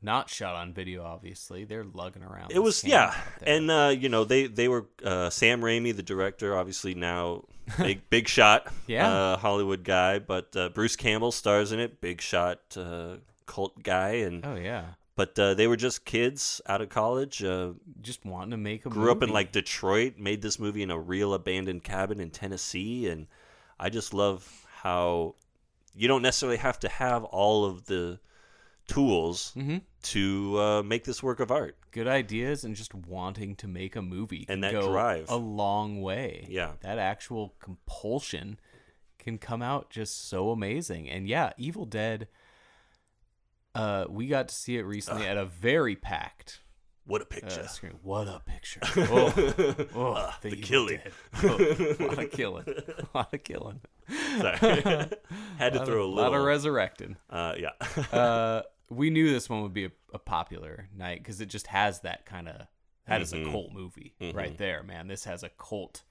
Speaker 1: not shot on video. Obviously, they're lugging around.
Speaker 2: it
Speaker 1: this
Speaker 2: was
Speaker 1: camera
Speaker 2: yeah,
Speaker 1: out there.
Speaker 2: and uh, you know they they were uh, Sam Raimi, the director,
Speaker 1: (laughs)
Speaker 2: obviously now big big shot,
Speaker 1: Yeah.
Speaker 2: uh, Hollywood guy, but uh, Bruce Campbell stars in it, big shot uh, cult guy, and
Speaker 1: oh yeah,
Speaker 2: but uh, they were just kids out of college. Uh,
Speaker 1: just wanting to make a
Speaker 2: grew up in
Speaker 1: movie.
Speaker 2: like Detroit, made this movie in a real abandoned cabin in Tennessee, and I just love how you don't necessarily have to have all of the tools
Speaker 1: Mm-hmm.
Speaker 2: to uh, make this work of art.
Speaker 1: good ideas and just wanting to make a movie can
Speaker 2: And that
Speaker 1: go
Speaker 2: drive.
Speaker 1: a long way.
Speaker 2: Yeah.
Speaker 1: That actual compulsion can come out just so amazing. And yeah, Evil Dead uh we got to see it recently at a very packed
Speaker 2: What a
Speaker 1: uh,
Speaker 2: picture!
Speaker 1: screen. What a
Speaker 2: (laughs)
Speaker 1: picture. Oh, oh,
Speaker 2: Ah, the
Speaker 1: Evil
Speaker 2: killing.
Speaker 1: Dead. Oh, a
Speaker 2: (laughs)
Speaker 1: lot of killing. A lot of killing. (laughs)
Speaker 2: Sorry, (laughs) had to throw a
Speaker 1: lot of
Speaker 2: little.
Speaker 1: resurrecting.
Speaker 2: uh, yeah,
Speaker 1: (laughs)
Speaker 2: (laughs)
Speaker 1: Uh, we knew this one would be a, a popular night because it just has that kind of that is
Speaker 2: Mm-hmm.
Speaker 1: a cult movie right there, man. This has a cult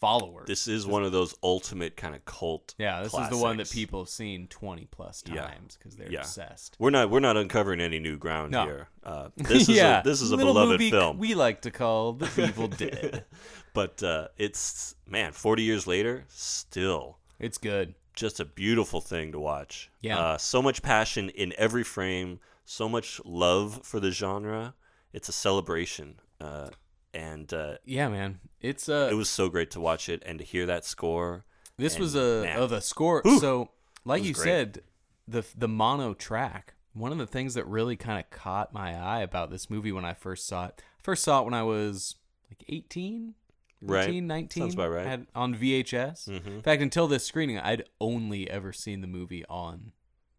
Speaker 1: follower.
Speaker 2: this is one of those ultimate kind of cult.
Speaker 1: yeah, this is the one that
Speaker 2: classics.
Speaker 1: people have seen twenty plus
Speaker 2: Yeah.
Speaker 1: times because they're
Speaker 2: Yeah.
Speaker 1: obsessed.
Speaker 2: We're not we're not uncovering any new ground
Speaker 1: No.
Speaker 2: here.
Speaker 1: (laughs)
Speaker 2: Uh, this is a, this is a
Speaker 1: little
Speaker 2: beloved
Speaker 1: movie
Speaker 2: film. (laughs)
Speaker 1: we like to call The Evil Dead.
Speaker 2: but uh, it's man, forty years later, still
Speaker 1: it's good.
Speaker 2: just a beautiful thing to watch.
Speaker 1: Yeah.
Speaker 2: Uh, so much passion in every frame, so much love for the genre. It's a celebration. Uh, and uh,
Speaker 1: Yeah, man. It's uh,
Speaker 2: it was so great to watch it and to hear that score.
Speaker 1: This
Speaker 2: and
Speaker 1: was a
Speaker 2: man.
Speaker 1: of a score.
Speaker 2: Whew.
Speaker 1: So, like
Speaker 2: was
Speaker 1: you
Speaker 2: great.
Speaker 1: said, the the mono track. One of the things that really kind of caught my eye about this movie when I first saw it. First saw it when I was like 18,
Speaker 2: Right.
Speaker 1: 18, 19.
Speaker 2: Sounds about right. Mm-hmm.
Speaker 1: Had, on VHS. In fact, until this screening, I'd only ever seen the movie on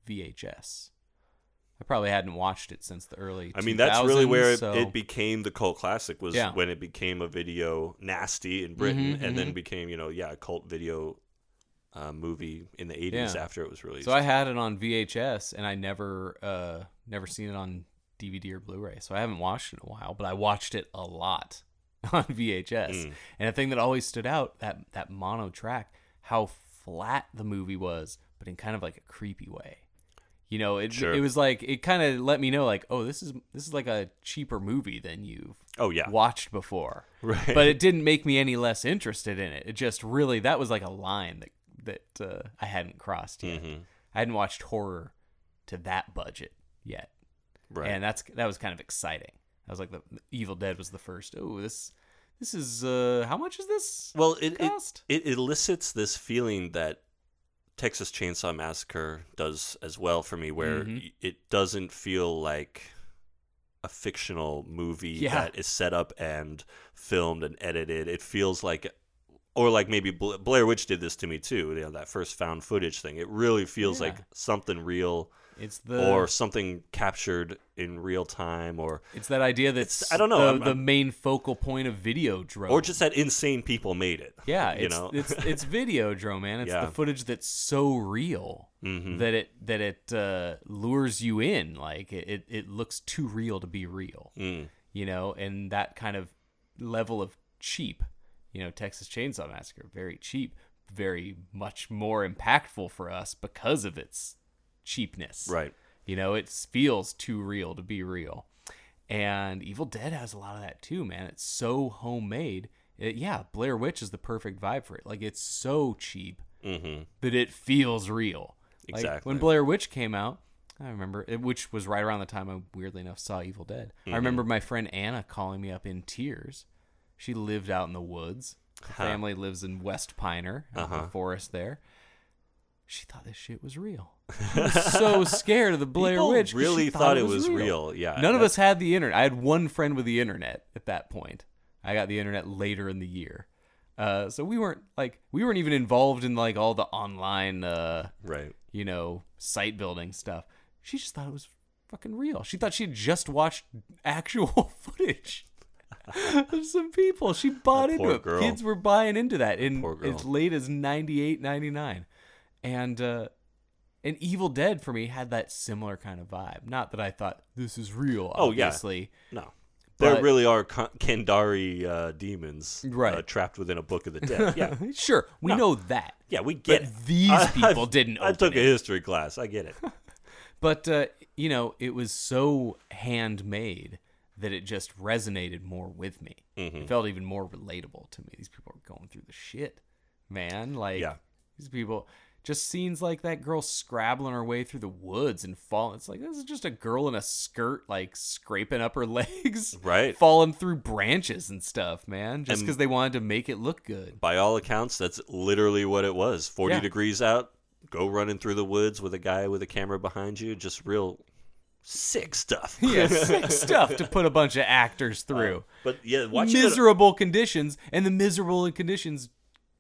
Speaker 1: VHS. I probably hadn't watched it since the early.
Speaker 2: I mean, that's really
Speaker 1: 2000s,
Speaker 2: where it,
Speaker 1: so-
Speaker 2: it became the cult classic was
Speaker 1: Yeah. Mm-hmm,
Speaker 2: when it became a video nasty in Britain and then became, you know, yeah, a cult video uh, movie in the 80s
Speaker 1: Yeah.
Speaker 2: after it was released.
Speaker 1: So I had it on VHS, and I never, uh, never seen it on DVD or Blu-ray. So I haven't watched it in a while, but I watched it a lot (laughs) on VHS.
Speaker 2: Hmm.
Speaker 1: And the thing that always stood out that that mono track, how flat the movie was, but in kind of like a creepy way. You know, it
Speaker 2: Sure.
Speaker 1: it was like it kind of let me know like, oh, this is this is like a cheaper movie than you've
Speaker 2: oh, yeah.
Speaker 1: watched before.
Speaker 2: (laughs) Right.
Speaker 1: But it didn't make me any less interested in it. It just really that was like a line that that uh, I hadn't crossed
Speaker 2: Mm-hmm.
Speaker 1: yet. I hadn't watched horror to that budget yet,
Speaker 2: right.
Speaker 1: and that's that was kind of exciting. I was like, the Evil Dead was the first. Oh, this this is uh, how much is this?
Speaker 2: Well, it, it
Speaker 1: cost?
Speaker 2: it elicits this feeling that Texas Chainsaw Massacre does as well for me, where
Speaker 1: Mm-hmm.
Speaker 2: y- it doesn't feel like a fictional movie
Speaker 1: Yeah.
Speaker 2: that is set up and filmed and edited. It feels like, or like maybe Bla- Blair Witch did this to me too. You know, that first found footage thing. It really feels like
Speaker 1: Yeah.
Speaker 2: something real.
Speaker 1: It's the
Speaker 2: or something captured in real time, or
Speaker 1: it's that idea that's
Speaker 2: it's- I don't know,
Speaker 1: the,
Speaker 2: I'm-
Speaker 1: the
Speaker 2: I'm-
Speaker 1: main focal point of video drone
Speaker 2: or just that insane people made it.
Speaker 1: Yeah,
Speaker 2: you
Speaker 1: it's
Speaker 2: know, (laughs)
Speaker 1: it's it's video drone, man. It's
Speaker 2: Yeah. Mm-hmm.
Speaker 1: the footage that's so real that it that it uh, lures you in. Like it, it it looks too real to be real.
Speaker 2: Mm,
Speaker 1: You know, and that kind of level of cheap. You know, Texas Chainsaw Massacre, very cheap, very much more impactful for us because of its cheapness.
Speaker 2: right.
Speaker 1: You know, it feels too real to be real. And Evil Dead has a lot of that too, man. It's so homemade. It- yeah, Blair Witch is the perfect vibe for it. Like it's so cheap
Speaker 2: Mm-hmm.
Speaker 1: that it feels real. Like,
Speaker 2: Exactly.
Speaker 1: when Blair Witch came out, I remember, it, which was right around the time I weirdly enough saw Evil Dead.
Speaker 2: Mm-hmm.
Speaker 1: I remember my friend Anna calling me up in tears. She lived out in the woods. Her family lives in West Piner, out
Speaker 2: Uh-huh.
Speaker 1: in the forest there. She thought this shit was
Speaker 2: (laughs)
Speaker 1: real. She was so scared of the Blair
Speaker 2: People
Speaker 1: Witch. 'cause she
Speaker 2: really thought it was real, yeah,
Speaker 1: None of
Speaker 2: that's-
Speaker 1: us had the internet. I had one friend with the internet at that point. I got the internet later in the year. Uh, so we weren't like we weren't even involved in like all the online uh,
Speaker 2: Right.
Speaker 1: you know, site building stuff. She just thought it was fucking real. She thought she had just watched (laughs) actual (laughs) footage of some people. She bought
Speaker 2: That
Speaker 1: into
Speaker 2: poor
Speaker 1: it.
Speaker 2: girl.
Speaker 1: Kids were buying into that in
Speaker 2: Poor girl.
Speaker 1: as late as 98, 99. And uh and Evil Dead for me had that similar kind of vibe. Not that I thought this is real,
Speaker 2: Oh, yeah.
Speaker 1: obviously.
Speaker 2: No.
Speaker 1: But-
Speaker 2: there really are Ka- Kandari uh, demons uh,
Speaker 1: Right.
Speaker 2: trapped within a book of the dead. Yeah.
Speaker 1: (laughs)
Speaker 2: (laughs)
Speaker 1: Sure, we know that.
Speaker 2: Yeah, we get
Speaker 1: But
Speaker 2: it.
Speaker 1: these
Speaker 2: (laughs) I-
Speaker 1: people didn't
Speaker 2: I
Speaker 1: open
Speaker 2: took a
Speaker 1: it.
Speaker 2: history class. I
Speaker 1: (laughs)
Speaker 2: get it.
Speaker 1: but uh, you know it was so handmade that it just resonated more with me
Speaker 2: Mm-hmm.
Speaker 1: it felt even more relatable to me these people are going through the shit man like
Speaker 2: Yeah.
Speaker 1: these people just scenes like that girl scrabbling her way through the woods and falling it's like this is just a girl in a skirt like scraping up her (laughs) legs
Speaker 2: Right.
Speaker 1: falling through branches and stuff man just
Speaker 2: And-
Speaker 1: because they wanted to make it look
Speaker 2: (laughs)
Speaker 1: good (laughs)
Speaker 2: By all accounts, that's literally what it was. 40
Speaker 1: Yeah.
Speaker 2: degrees out, go running through the woods with a guy with a camera behind you. Just real sick stuff.
Speaker 1: (laughs)
Speaker 2: (laughs)
Speaker 1: yeah sick stuff to put a bunch of actors through
Speaker 2: But yeah, watching it-
Speaker 1: miserable conditions, and the miserable conditions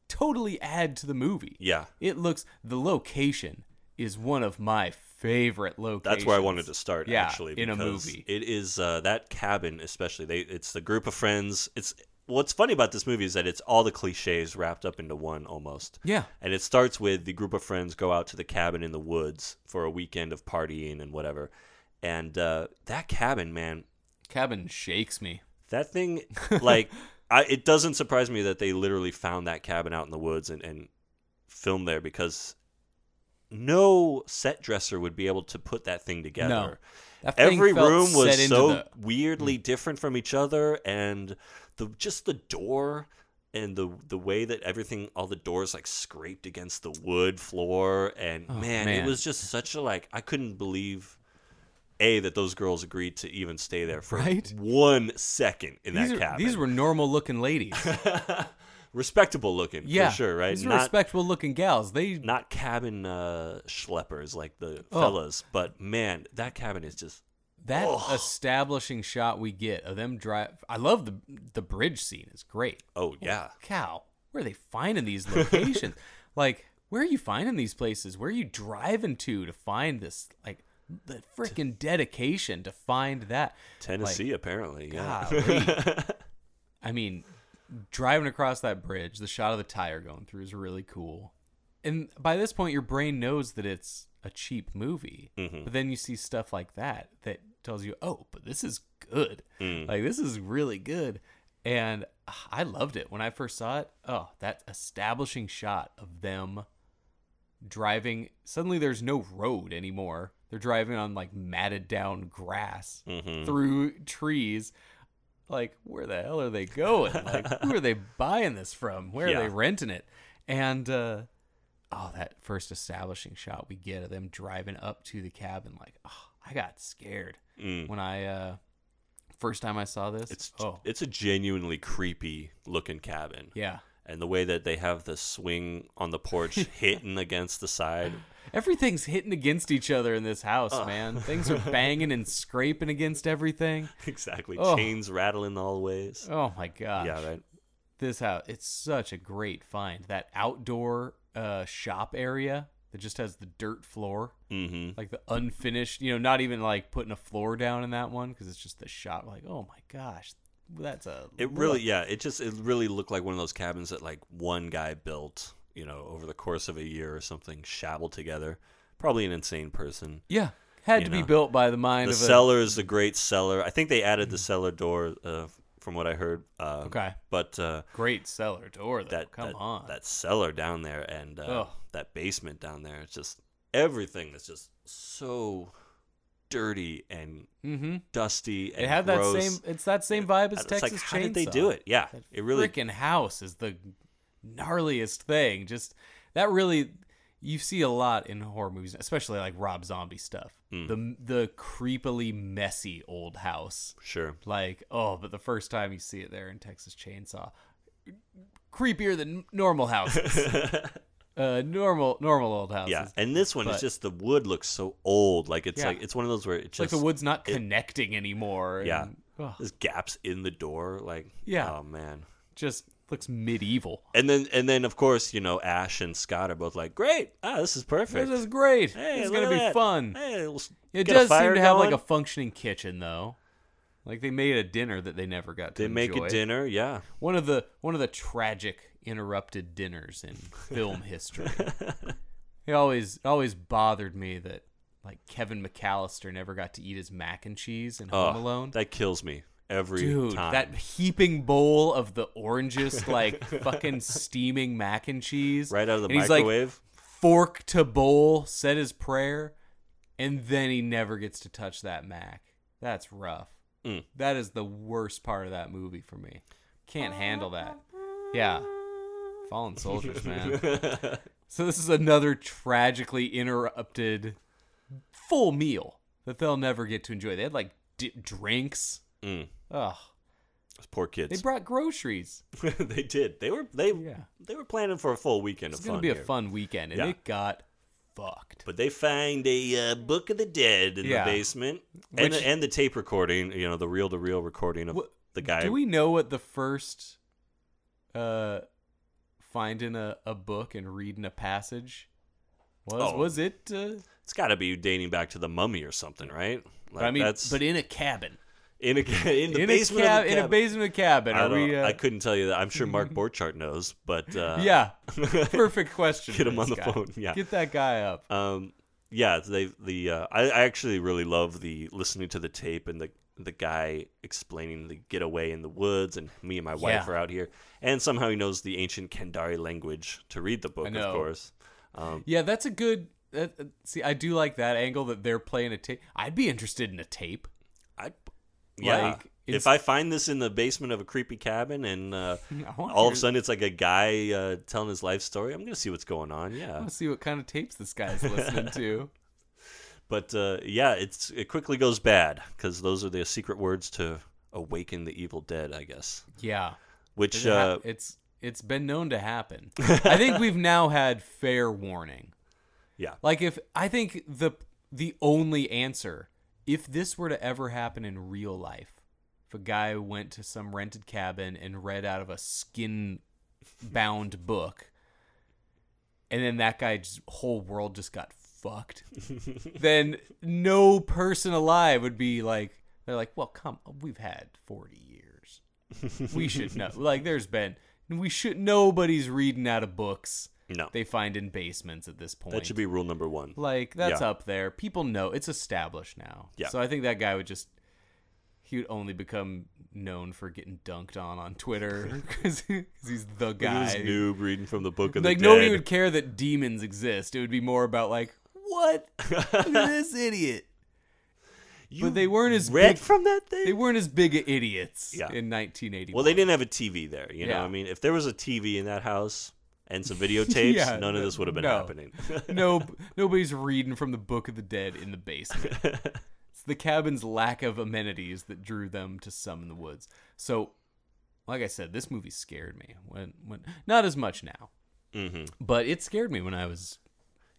Speaker 1: totally add to the movie.
Speaker 2: Yeah.
Speaker 1: It looks the location is one of my favorite locations.
Speaker 2: That's where I wanted to start.
Speaker 1: Yeah,
Speaker 2: actually,
Speaker 1: in a
Speaker 2: because
Speaker 1: movie.
Speaker 2: it is uh, that cabin, especially. They, it's the group of friends. It's what's funny about this movie is that it's all the cliches wrapped up into one almost.
Speaker 1: Yeah.
Speaker 2: and it starts with the group of friends go out to the cabin in the woods for a weekend of partying and whatever. And uh, that cabin, man,
Speaker 1: Cabin shakes me.
Speaker 2: that
Speaker 1: (laughs)
Speaker 2: thing, like, I, it doesn't surprise me that they literally found that cabin out in the woods and, and filmed there because no set dresser would be able to put that thing together.
Speaker 1: That thing
Speaker 2: Every
Speaker 1: felt
Speaker 2: room
Speaker 1: set
Speaker 2: was
Speaker 1: into
Speaker 2: so
Speaker 1: the- Hmm.
Speaker 2: weirdly different from each other, and the just the door and the the way that everything, all the doors like scraped against the wood floor, and man,
Speaker 1: Oh, man.
Speaker 2: it was just such a like I couldn't believe a that those girls agreed to even stay there for
Speaker 1: Right?
Speaker 2: one second in
Speaker 1: these
Speaker 2: that
Speaker 1: are-
Speaker 2: cabin.
Speaker 1: These were normal looking ladies.
Speaker 2: (laughs) respectable looking,
Speaker 1: Yeah,
Speaker 2: for sure, right?
Speaker 1: These were
Speaker 2: Not-
Speaker 1: respectable looking gals. They
Speaker 2: not cabin uh, schleppers like the
Speaker 1: Oh.
Speaker 2: fellas, but man, that cabin is just
Speaker 1: that
Speaker 2: Ugh.
Speaker 1: establishing shot we get of them drive. I love the the bridge scene. It's great.
Speaker 2: oh yeah.
Speaker 1: cow, where are they finding these
Speaker 2: (laughs)
Speaker 1: locations? like, where are you finding these places? Where are you driving to to find this? Like, the freaking dedication to find that.
Speaker 2: Tennessee, apparently. Yeah.
Speaker 1: Golly. I mean, driving across that bridge, the shot of the tire going through is really cool. And by this point, your brain knows that it's a cheap movie. But then you see stuff like that that tells you, oh, but this is good. Like, this is really good. And ah, I loved it when I first saw it. Oh, that establishing shot of them driving. Suddenly, there's no road anymore. They're driving on like matted down grass through trees like where the hell are they going like who are they buying this from where
Speaker 2: Yeah.
Speaker 1: are they renting it and uh oh that first establishing shot we get of them driving up to the cabin like oh, i got scared when i uh first time i saw this
Speaker 2: (laughs) Mm. It's
Speaker 1: oh
Speaker 2: it's a genuinely creepy looking cabin.
Speaker 1: yeah
Speaker 2: And the way that they have the swing on the porch
Speaker 1: (laughs)
Speaker 2: hitting against the side. (laughs)
Speaker 1: everything's hitting against each other in this house
Speaker 2: (laughs)
Speaker 1: man things are banging and scraping against everything
Speaker 2: Exactly.
Speaker 1: Oh.
Speaker 2: Chains rattling all ways.
Speaker 1: oh my gosh
Speaker 2: yeah, right.
Speaker 1: this house it's such a great find that outdoor uh shop area that just has the dirt floor
Speaker 2: Mm-hmm.
Speaker 1: like the unfinished you know not even like putting a floor down in that one because it's just the shop like oh my gosh that's a
Speaker 2: It really yeah, it just it really looked like one of those cabins that like one guy built, you know, over the course of a year or something, shabbled together. Probably an insane person.
Speaker 1: yeah had
Speaker 2: You
Speaker 1: to
Speaker 2: know,
Speaker 1: be built by the mind
Speaker 2: The
Speaker 1: of a Hmm.
Speaker 2: cellar is a great cellar. I think they added the cellar door uh, from what I heard. Uh,
Speaker 1: Okay.
Speaker 2: But uh,
Speaker 1: great cellar door though
Speaker 2: that
Speaker 1: come
Speaker 2: that,
Speaker 1: on
Speaker 2: that cellar down there and uh,
Speaker 1: Ugh.
Speaker 2: that basement down there it's just everything is just so dirty and
Speaker 1: Mm-hmm.
Speaker 2: dusty and
Speaker 1: It had that
Speaker 2: gross.
Speaker 1: same. It's that same vibe as
Speaker 2: It's
Speaker 1: Texas
Speaker 2: like,
Speaker 1: Chainsaw.
Speaker 2: how did they do it? Yeah,
Speaker 1: That
Speaker 2: it really.
Speaker 1: frickin' house is the gnarliest thing. Just that really you see a lot in horror movies, especially like Rob Zombie stuff.
Speaker 2: Mm.
Speaker 1: The the creepily messy old house.
Speaker 2: Sure.
Speaker 1: (laughs) Like oh, but the first time you see it there in Texas Chainsaw, creepier than normal
Speaker 2: (laughs)
Speaker 1: houses. uh, normal normal old houses.
Speaker 2: Yeah, and this one
Speaker 1: but-
Speaker 2: is just the wood looks so old. Like it's
Speaker 1: Yeah.
Speaker 2: like it's one of those where it
Speaker 1: It's like
Speaker 2: just
Speaker 1: the wood's not connecting anymore.
Speaker 2: Yeah,
Speaker 1: and, ugh,
Speaker 2: there's gaps in the door. Like
Speaker 1: Yeah.
Speaker 2: oh man.
Speaker 1: just looks medieval.
Speaker 2: And then and then of course you know Ash and Scott are both like great. Ah, this is perfect.
Speaker 1: This is great.
Speaker 2: hey,
Speaker 1: it's
Speaker 2: look
Speaker 1: gonna
Speaker 2: at
Speaker 1: be
Speaker 2: that.
Speaker 1: fun.
Speaker 2: Hey, let's
Speaker 1: It
Speaker 2: get a
Speaker 1: does seem
Speaker 2: fire
Speaker 1: to have like
Speaker 2: going."
Speaker 1: a functioning kitchen though. Like they made a dinner that they never got to
Speaker 2: They make
Speaker 1: enjoy.
Speaker 2: a dinner. Yeah,
Speaker 1: One of the one of the tragic interrupted dinners
Speaker 2: (laughs)
Speaker 1: in film history. it always it always bothered me that like Kevin McAllister never got to eat his mac and cheese in Home
Speaker 2: Ugh,
Speaker 1: Alone.
Speaker 2: That kills me every
Speaker 1: Dude,
Speaker 2: time.
Speaker 1: that (laughs) heaping bowl of the orangest,
Speaker 2: (laughs)
Speaker 1: like fucking steaming mac and cheese.
Speaker 2: right out of the
Speaker 1: and he's like,
Speaker 2: microwave.
Speaker 1: fork to bowl, said his prayer, and then he never gets to touch that Mac. That's rough.
Speaker 2: Mm.
Speaker 1: That is the worst part of that movie for me. Can't handle that. Yeah. Fallen
Speaker 2: (laughs)
Speaker 1: soldiers, man. so this is another tragically interrupted full meal that they'll never get to enjoy. They had like di- drinks.
Speaker 2: Mm.
Speaker 1: Ugh.
Speaker 2: Those poor kids.
Speaker 1: They brought groceries.
Speaker 2: (laughs) they did. They were they
Speaker 1: Yeah.
Speaker 2: they were planning for a full weekend
Speaker 1: It's
Speaker 2: of
Speaker 1: going
Speaker 2: fun.
Speaker 1: to be a
Speaker 2: here.
Speaker 1: fun weekend, and
Speaker 2: Yeah.
Speaker 1: it got fucked.
Speaker 2: But they find a uh, book of the dead in
Speaker 1: Yeah.
Speaker 2: the basement, and
Speaker 1: Which-
Speaker 2: and the tape recording. You know, the reel to reel recording of
Speaker 1: What-
Speaker 2: the guy.
Speaker 1: Do we know what the first uh finding a, a book and reading a passage was?
Speaker 2: Oh.
Speaker 1: Was it uh,
Speaker 2: It's got to be dating back to the mummy or something, right? Like
Speaker 1: I mean
Speaker 2: that's
Speaker 1: but in a cabin.
Speaker 2: in a in the
Speaker 1: in
Speaker 2: basement.
Speaker 1: a
Speaker 2: of
Speaker 1: cab
Speaker 2: the
Speaker 1: in a
Speaker 2: cabin.
Speaker 1: basement cabin.
Speaker 2: I,
Speaker 1: Are
Speaker 2: don't,
Speaker 1: we uh,
Speaker 2: I couldn't tell you that. I'm
Speaker 1: (laughs)
Speaker 2: sure Mark Borchardt knows, but uh, (laughs)
Speaker 1: Yeah. Perfect question.
Speaker 2: Get
Speaker 1: for
Speaker 2: him on
Speaker 1: this
Speaker 2: the
Speaker 1: guy.
Speaker 2: phone, yeah.
Speaker 1: Get that guy up.
Speaker 2: um, yeah, they the uh, I, I actually really love the listening to the tape and the the guy explaining the getaway in the woods and me and my wife
Speaker 1: Yeah.
Speaker 2: are out here and somehow he knows the ancient Kandari language to read the book,
Speaker 1: know.
Speaker 2: of course. Um,
Speaker 1: Yeah, that's a good that, uh, see I do like that angle that they're playing a tape. I'd be interested in a tape.
Speaker 2: I yeah.
Speaker 1: Like, it's-
Speaker 2: if I find this in the basement of a creepy cabin and uh,
Speaker 1: (laughs) I want
Speaker 2: all of
Speaker 1: your-
Speaker 2: a sudden it's like a guy uh, telling his life story, I'm gonna see what's going on.
Speaker 1: I
Speaker 2: Yeah,
Speaker 1: want to see what kind of tapes this guy's listening
Speaker 2: (laughs)
Speaker 1: to.
Speaker 2: but uh, yeah, it's it quickly goes bad because those are the secret words to awaken the evil dead, I guess.
Speaker 1: Yeah.
Speaker 2: Which
Speaker 1: It ha-
Speaker 2: uh,
Speaker 1: it's it's been known to
Speaker 2: (laughs)
Speaker 1: happen. I think we've now had fair warning.
Speaker 2: Yeah.
Speaker 1: Like if I think the the only answer if this were to ever happen in real life, if a guy went to some rented cabin and read out of a skin bound (laughs) book, and then that guy's whole world just got
Speaker 2: (laughs)
Speaker 1: fucked, then no person alive would be like they're like, well, come, we've had forty years we
Speaker 2: (laughs)
Speaker 1: should know. Like, there's been we should nobody's reading out of books
Speaker 2: no,
Speaker 1: they find in basements at this point.
Speaker 2: that should be rule number one.
Speaker 1: like that's
Speaker 2: Yeah.
Speaker 1: up there. People know it's established now.
Speaker 2: Yeah.
Speaker 1: So I think that guy would just he would only become known for getting dunked on on
Speaker 2: (laughs)
Speaker 1: Twitter because he's the
Speaker 2: Look at
Speaker 1: guy.
Speaker 2: this noob reading from the book of
Speaker 1: like
Speaker 2: the
Speaker 1: nobody
Speaker 2: dead.
Speaker 1: would care that demons exist. It would be more about like
Speaker 2: (laughs)
Speaker 1: what Look at this idiot.
Speaker 2: You
Speaker 1: they weren't as
Speaker 2: read
Speaker 1: big-
Speaker 2: from that thing.
Speaker 1: They weren't as big of idiots
Speaker 2: Yeah.
Speaker 1: in 1981.
Speaker 2: Well, they didn't have a TV there. You know,
Speaker 1: Yeah.
Speaker 2: what I mean, if there was a TV in that house
Speaker 1: (laughs)
Speaker 2: and some videotapes,
Speaker 1: Yeah,
Speaker 2: none of this would have been
Speaker 1: no.
Speaker 2: happening.
Speaker 1: (laughs)
Speaker 2: (laughs)
Speaker 1: no, nobody's reading from the Book of the Dead in the
Speaker 2: (laughs)
Speaker 1: basement. It's the cabin's lack of amenities that drew them to some in the woods. So, like I said, this movie scared me when when not as much now,
Speaker 2: Mhm.
Speaker 1: but it scared me when I was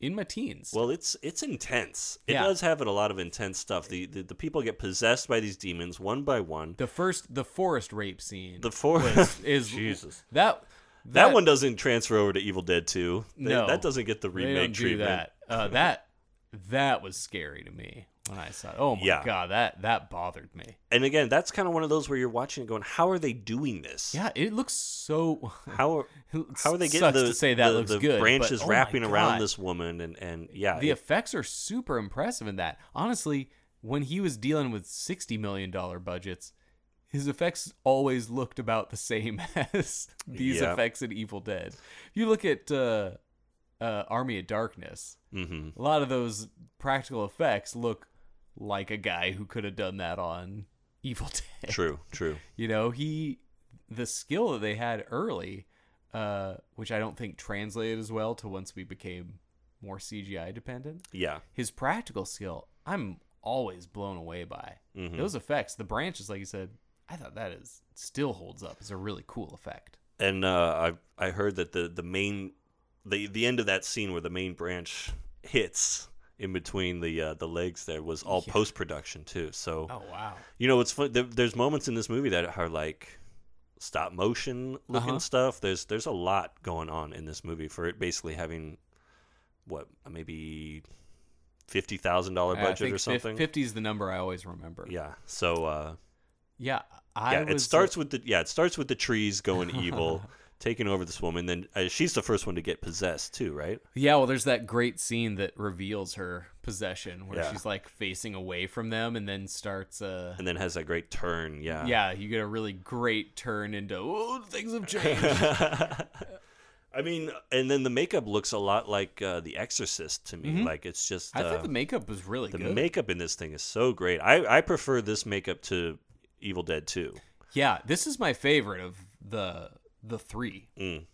Speaker 1: in my teens.
Speaker 2: Well, it's it's intense. It
Speaker 1: Yeah.
Speaker 2: does have a lot of intense stuff. The, the the people get possessed by these demons one by one.
Speaker 1: the first, the forest rape scene.
Speaker 2: The four (laughs)
Speaker 1: is
Speaker 2: Jesus.
Speaker 1: that
Speaker 2: That, one doesn't transfer over to Evil Dead Two. They-
Speaker 1: No.
Speaker 2: that doesn't get the
Speaker 1: they
Speaker 2: remake
Speaker 1: don't do
Speaker 2: treatment.
Speaker 1: that. Uh, that that was scary to me when I saw. It. Oh my
Speaker 2: Yeah.
Speaker 1: god, that that bothered me.
Speaker 2: And again, that's kind of one of those where you're watching it going, "How are they doing this?
Speaker 1: Yeah, it looks so. (laughs)
Speaker 2: How are
Speaker 1: It
Speaker 2: how are they getting
Speaker 1: sucks
Speaker 2: the,
Speaker 1: to say that
Speaker 2: the,
Speaker 1: looks
Speaker 2: the
Speaker 1: good,
Speaker 2: branches
Speaker 1: but, oh my
Speaker 2: wrapping around
Speaker 1: God.
Speaker 2: this woman and and yeah,
Speaker 1: the
Speaker 2: it-
Speaker 1: effects are super impressive in that. Honestly, when he was dealing with sixty million dollar budgets, his effects always looked about the same (laughs) as these
Speaker 2: Yeah.
Speaker 1: effects in Evil Dead. If you look at uh, uh, Army of Darkness,
Speaker 2: mhm.
Speaker 1: a lot of those practical effects look like a guy who could have done that on Evil (laughs) Dead.
Speaker 2: True, true.
Speaker 1: You know, he the skill that they had early, uh, which I don't think translated as well to once we became more CGI dependent.
Speaker 2: Yeah.
Speaker 1: His practical skill, I'm always blown away by
Speaker 2: Mm-hmm.
Speaker 1: those effects. The branches, like you said, I thought that is still holds up. It's a really cool effect.
Speaker 2: And uh, I I heard that the the main the the end of that scene where the main branch hits in between the uh, the legs there was all post production too. So
Speaker 1: wow!
Speaker 2: you know it's fun. There, there's moments in this movie that are like stop motion looking
Speaker 1: Uh-huh.
Speaker 2: stuff. There's there's a lot going on in this movie for it basically having what maybe fifty thousand dollar
Speaker 1: I
Speaker 2: budget
Speaker 1: think
Speaker 2: or something.
Speaker 1: Fifty is the number I always remember.
Speaker 2: Yeah. So uh,
Speaker 1: yeah. I
Speaker 2: yeah, it
Speaker 1: was-
Speaker 2: starts with the yeah it starts with the trees
Speaker 1: (laughs)
Speaker 2: going evil. Taking over this woman, then uh, she's the first one to get possessed too, right?
Speaker 1: Yeah, well, there's that great scene that reveals her possession, where
Speaker 2: Yeah.
Speaker 1: she's like facing away from them, and then starts. Uh,
Speaker 2: And then has that great turn, yeah. (laughs)
Speaker 1: yeah, you get a really great turn into oh, things have changed.
Speaker 2: (laughs) I mean, and then the makeup looks a lot like uh, The Exorcist to me. Like it's just
Speaker 1: Mm-hmm. I
Speaker 2: uh,
Speaker 1: thought the makeup was really
Speaker 2: the
Speaker 1: good.
Speaker 2: makeup in this thing is so great. I, I prefer this makeup to Evil Dead 2.
Speaker 1: yeah, this is my favorite of the the three.
Speaker 2: Mm.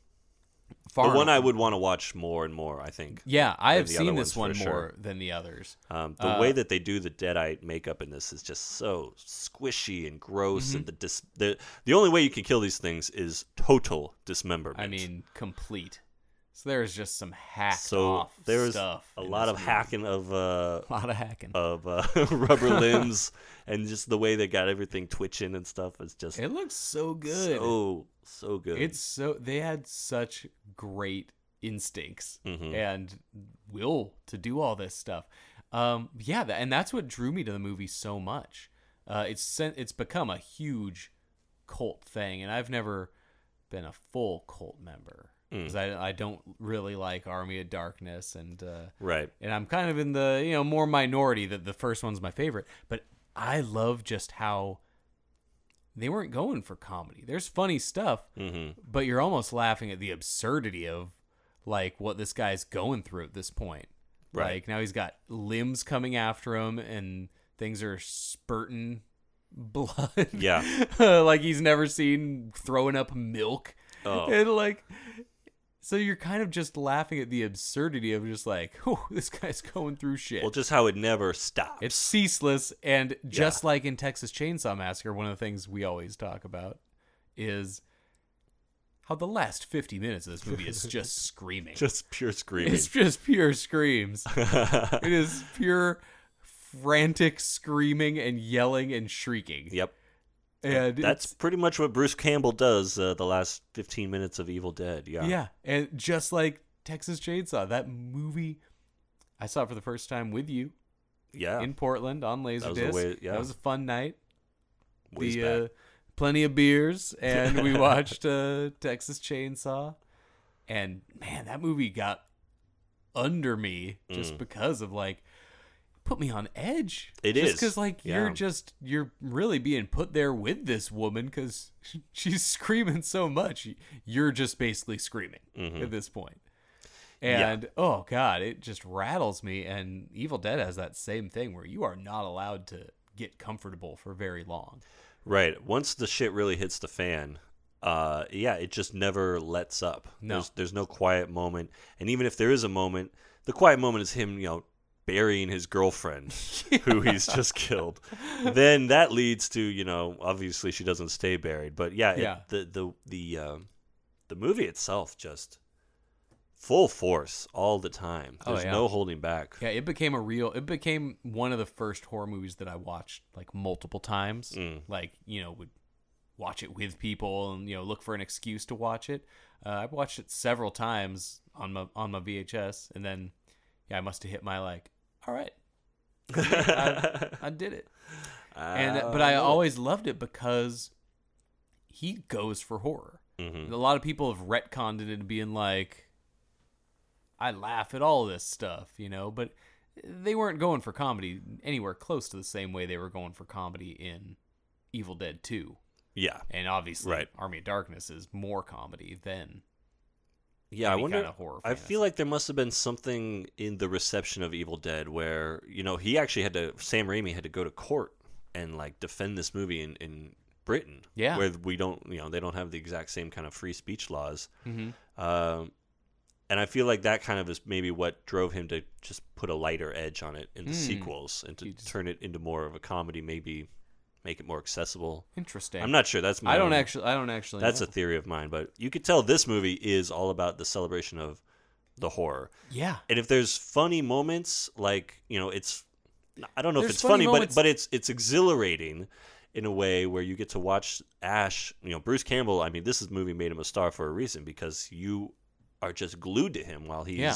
Speaker 1: Far
Speaker 2: the one
Speaker 1: and
Speaker 2: I
Speaker 1: away.
Speaker 2: would want to watch more and more. I think.
Speaker 1: Yeah, I
Speaker 2: than
Speaker 1: have
Speaker 2: the other
Speaker 1: seen this one
Speaker 2: ones
Speaker 1: more
Speaker 2: for sure.
Speaker 1: than the others.
Speaker 2: Um,
Speaker 1: Uh,
Speaker 2: the way that they do the deadite makeup in this is just so squishy and gross,
Speaker 1: Mm-hmm.
Speaker 2: and the, dis- the the only way you can kill these things is total dismemberment.
Speaker 1: I mean, complete. So there's just some hacked
Speaker 2: so
Speaker 1: off
Speaker 2: there is a
Speaker 1: stuff. in
Speaker 2: lot
Speaker 1: this
Speaker 2: of
Speaker 1: movie.
Speaker 2: hacking
Speaker 1: (laughs)
Speaker 2: of uh,
Speaker 1: A lot of hacking.
Speaker 2: of uh, (laughs) rubber
Speaker 1: (laughs)
Speaker 2: limbs and just the way they got everything twitching and stuff is just
Speaker 1: it looks so good.
Speaker 2: so so good.
Speaker 1: It's so they had such great instincts
Speaker 2: Mhm.
Speaker 1: and will to do all this stuff. Um, yeah, tha- and that's what drew me to the movie so much. Uh, it's sent, it's become a huge cult thing, and I've never been a full cult member because I I don't really like Army of Darkness and uh,
Speaker 2: right.
Speaker 1: and I'm kind of in the you know more minority that the first one's my favorite, but I love just how they weren't going for comedy. There's funny stuff,
Speaker 2: Mm-hmm.
Speaker 1: but you're almost laughing at the absurdity of like what this guy's going through at this point.
Speaker 2: Right.
Speaker 1: Like now he's got limbs coming after him and things are spurting blood.
Speaker 2: Yeah.
Speaker 1: (laughs) like he's never seen throwing up milk.
Speaker 2: Oh.
Speaker 1: And like so you're kind of just laughing at the absurdity of just like, (laughs) oh, this guy's going through shit.
Speaker 2: Well, just how it never stops.
Speaker 1: it's ceaseless, and just like in Texas Chainsaw Massacre, one of the things we always talk about is how the last 50 minutes of this movie
Speaker 2: (laughs)
Speaker 1: is just screaming.
Speaker 2: (laughs) just pure screaming.
Speaker 1: it's just pure
Speaker 2: (laughs)
Speaker 1: screams. it is pure frantic screaming and yelling and shrieking.
Speaker 2: yep.
Speaker 1: And
Speaker 2: That's
Speaker 1: it's-
Speaker 2: pretty much what Bruce Campbell does uh, the last 15 minutes of Evil Dead. Yeah.
Speaker 1: Yeah, and just like Texas Chainsaw, that movie I saw for the first time with you
Speaker 2: Yeah.
Speaker 1: in Portland on Laserdisc.
Speaker 2: was the way- yeah.
Speaker 1: That was a fun night.
Speaker 2: Ways
Speaker 1: the
Speaker 2: back.
Speaker 1: uh, plenty of beers, and we watched uh, Texas Chainsaw. And man, that movie got under me just because of like put me on edge.
Speaker 2: Mm. It
Speaker 1: It is
Speaker 2: is.
Speaker 1: because like you're
Speaker 2: Yeah.
Speaker 1: just you're really being put there with this woman because (laughs) she's screaming so much. You're just basically screaming at this point.
Speaker 2: Mm-hmm. Yeah.
Speaker 1: And oh god, it just rattles me. And Evil Dead has that same thing where you are not allowed to get comfortable for very long.
Speaker 2: Right. Once the shit really hits the fan, uh, yeah, it just never lets up.
Speaker 1: No.
Speaker 2: There's, there's no quiet moment. And even if there is a moment, the quiet moment is him, you know, burying his
Speaker 1: (laughs)
Speaker 2: girlfriend who he's just killed. Then that leads to, you know, obviously she doesn't stay buried, but yeah, it-
Speaker 1: Yeah.
Speaker 2: the the the um, the movie itself just full force all the time.
Speaker 1: Oh,
Speaker 2: There's
Speaker 1: yeah.
Speaker 2: no holding back. (laughs)
Speaker 1: Yeah, it became a real. It became one of the first horror movies that I watched like multiple times. Like you know, would watch it with people and you know look for an excuse to watch it. Uh, I watched it several times on my on my VHS, and then yeah, I must have hit my like. All right,
Speaker 2: (laughs)
Speaker 1: I, I did it. And
Speaker 2: Uh,
Speaker 1: but I always loved it because he goes for horror.
Speaker 2: Mm-hmm.
Speaker 1: A lot of people have retconned it into being like, I laugh at all this stuff, you know, but they weren't going for comedy anywhere close to the same way they were going for comedy in Evil Dead 2.
Speaker 2: Yeah.
Speaker 1: And obviously,
Speaker 2: Right.
Speaker 1: Army of Darkness is more comedy than
Speaker 2: Yeah, I
Speaker 1: any
Speaker 2: wonder.
Speaker 1: kind of horror
Speaker 2: I
Speaker 1: fantasy.
Speaker 2: feel like there must have been something in the reception of Evil Dead where you know he actually had to Sam Raimi had to go to court and like defend this movie in in Britain.
Speaker 1: Yeah.
Speaker 2: where we don't you know they don't have the exact same kind of free speech laws.
Speaker 1: Mm-hmm.
Speaker 2: Um, and I feel like that kind of is maybe what drove him to just put a lighter edge on it
Speaker 1: Hmm.
Speaker 2: in the sequels and to turn it into more of a comedy, maybe make it more accessible.
Speaker 1: interesting.
Speaker 2: I'm not sure. That's my
Speaker 1: I don't
Speaker 2: own-
Speaker 1: actually. I don't actually.
Speaker 2: that's
Speaker 1: know.
Speaker 2: a theory of mine, but you could tell this movie is all about the celebration of the horror.
Speaker 1: yeah.
Speaker 2: And if there's funny moments, like you know, it's I don't know
Speaker 1: There's
Speaker 2: if it's
Speaker 1: funny
Speaker 2: funny,
Speaker 1: moments.
Speaker 2: but but it's it's exhilarating in a way where you get to watch Ash. You know, Bruce Campbell. I mean, this is movie made him a star for a reason because you are just glued to him while he's.
Speaker 1: Yeah.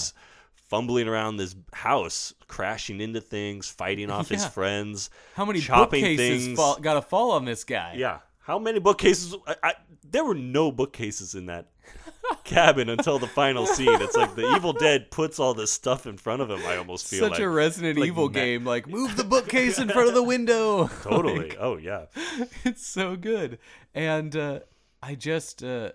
Speaker 2: Fumbling around this house, crashing into things, fighting off
Speaker 1: (laughs)
Speaker 2: his
Speaker 1: Yeah.
Speaker 2: friends.
Speaker 1: How many
Speaker 2: chopping
Speaker 1: bookcases
Speaker 2: things.
Speaker 1: fall, got to fall on this guy?
Speaker 2: Yeah. How many bookcases? I, I, there were no bookcases
Speaker 1: (laughs)
Speaker 2: in that cabin until the final scene. It's like the Evil Dead puts all this stuff in front of him. I almost feel
Speaker 1: Such
Speaker 2: like
Speaker 1: a Resident
Speaker 2: like
Speaker 1: Evil
Speaker 2: ma-
Speaker 1: game. Like move
Speaker 2: (laughs)
Speaker 1: the bookcase in front of the window. (laughs)
Speaker 2: Totally. oh yeah.
Speaker 1: it's so good and uh, i just uh,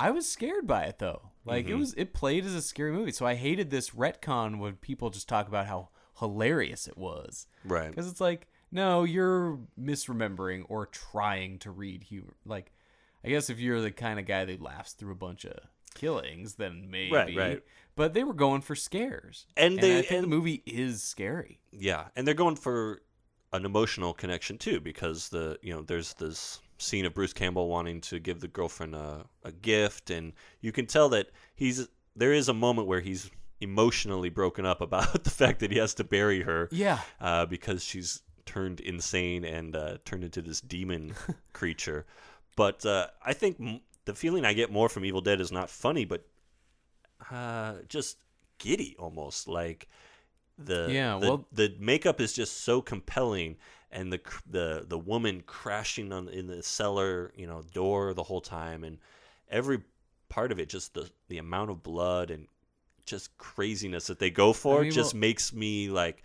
Speaker 1: i was scared by it though like
Speaker 2: Mm-hmm.
Speaker 1: it was it played as a scary movie so i hated this retcon when people just talk about how hilarious it was
Speaker 2: Right.
Speaker 1: because it's like no you're misremembering or trying to read humor like i guess if you're the kind of guy that laughs through a bunch of killings then maybe
Speaker 2: right.
Speaker 1: but they were going for scares
Speaker 2: And they-
Speaker 1: I think the
Speaker 2: and-
Speaker 1: movie is scary
Speaker 2: Yeah, and they're going for an emotional connection too because the you know there's this scene of Bruce Campbell wanting to give the girlfriend a, a gift, and you can tell that he's there is a moment where he's emotionally broken up about (laughs) the fact that he has to bury her.
Speaker 1: Yeah.
Speaker 2: (laughs) uh, because she's turned insane and uh, turned into
Speaker 1: (laughs)
Speaker 2: this demon creature. But uh, I think m- the feeling I get more from Evil Dead is not funny, but uh, just giddy almost like the
Speaker 1: Yeah,
Speaker 2: the,
Speaker 1: well-
Speaker 2: the makeup is just so compelling and the cr- the the woman crashing on in the cellar you know door the whole time and every part of it just the the amount of blood and just craziness that they go for
Speaker 1: mean,
Speaker 2: just
Speaker 1: well-
Speaker 2: makes me like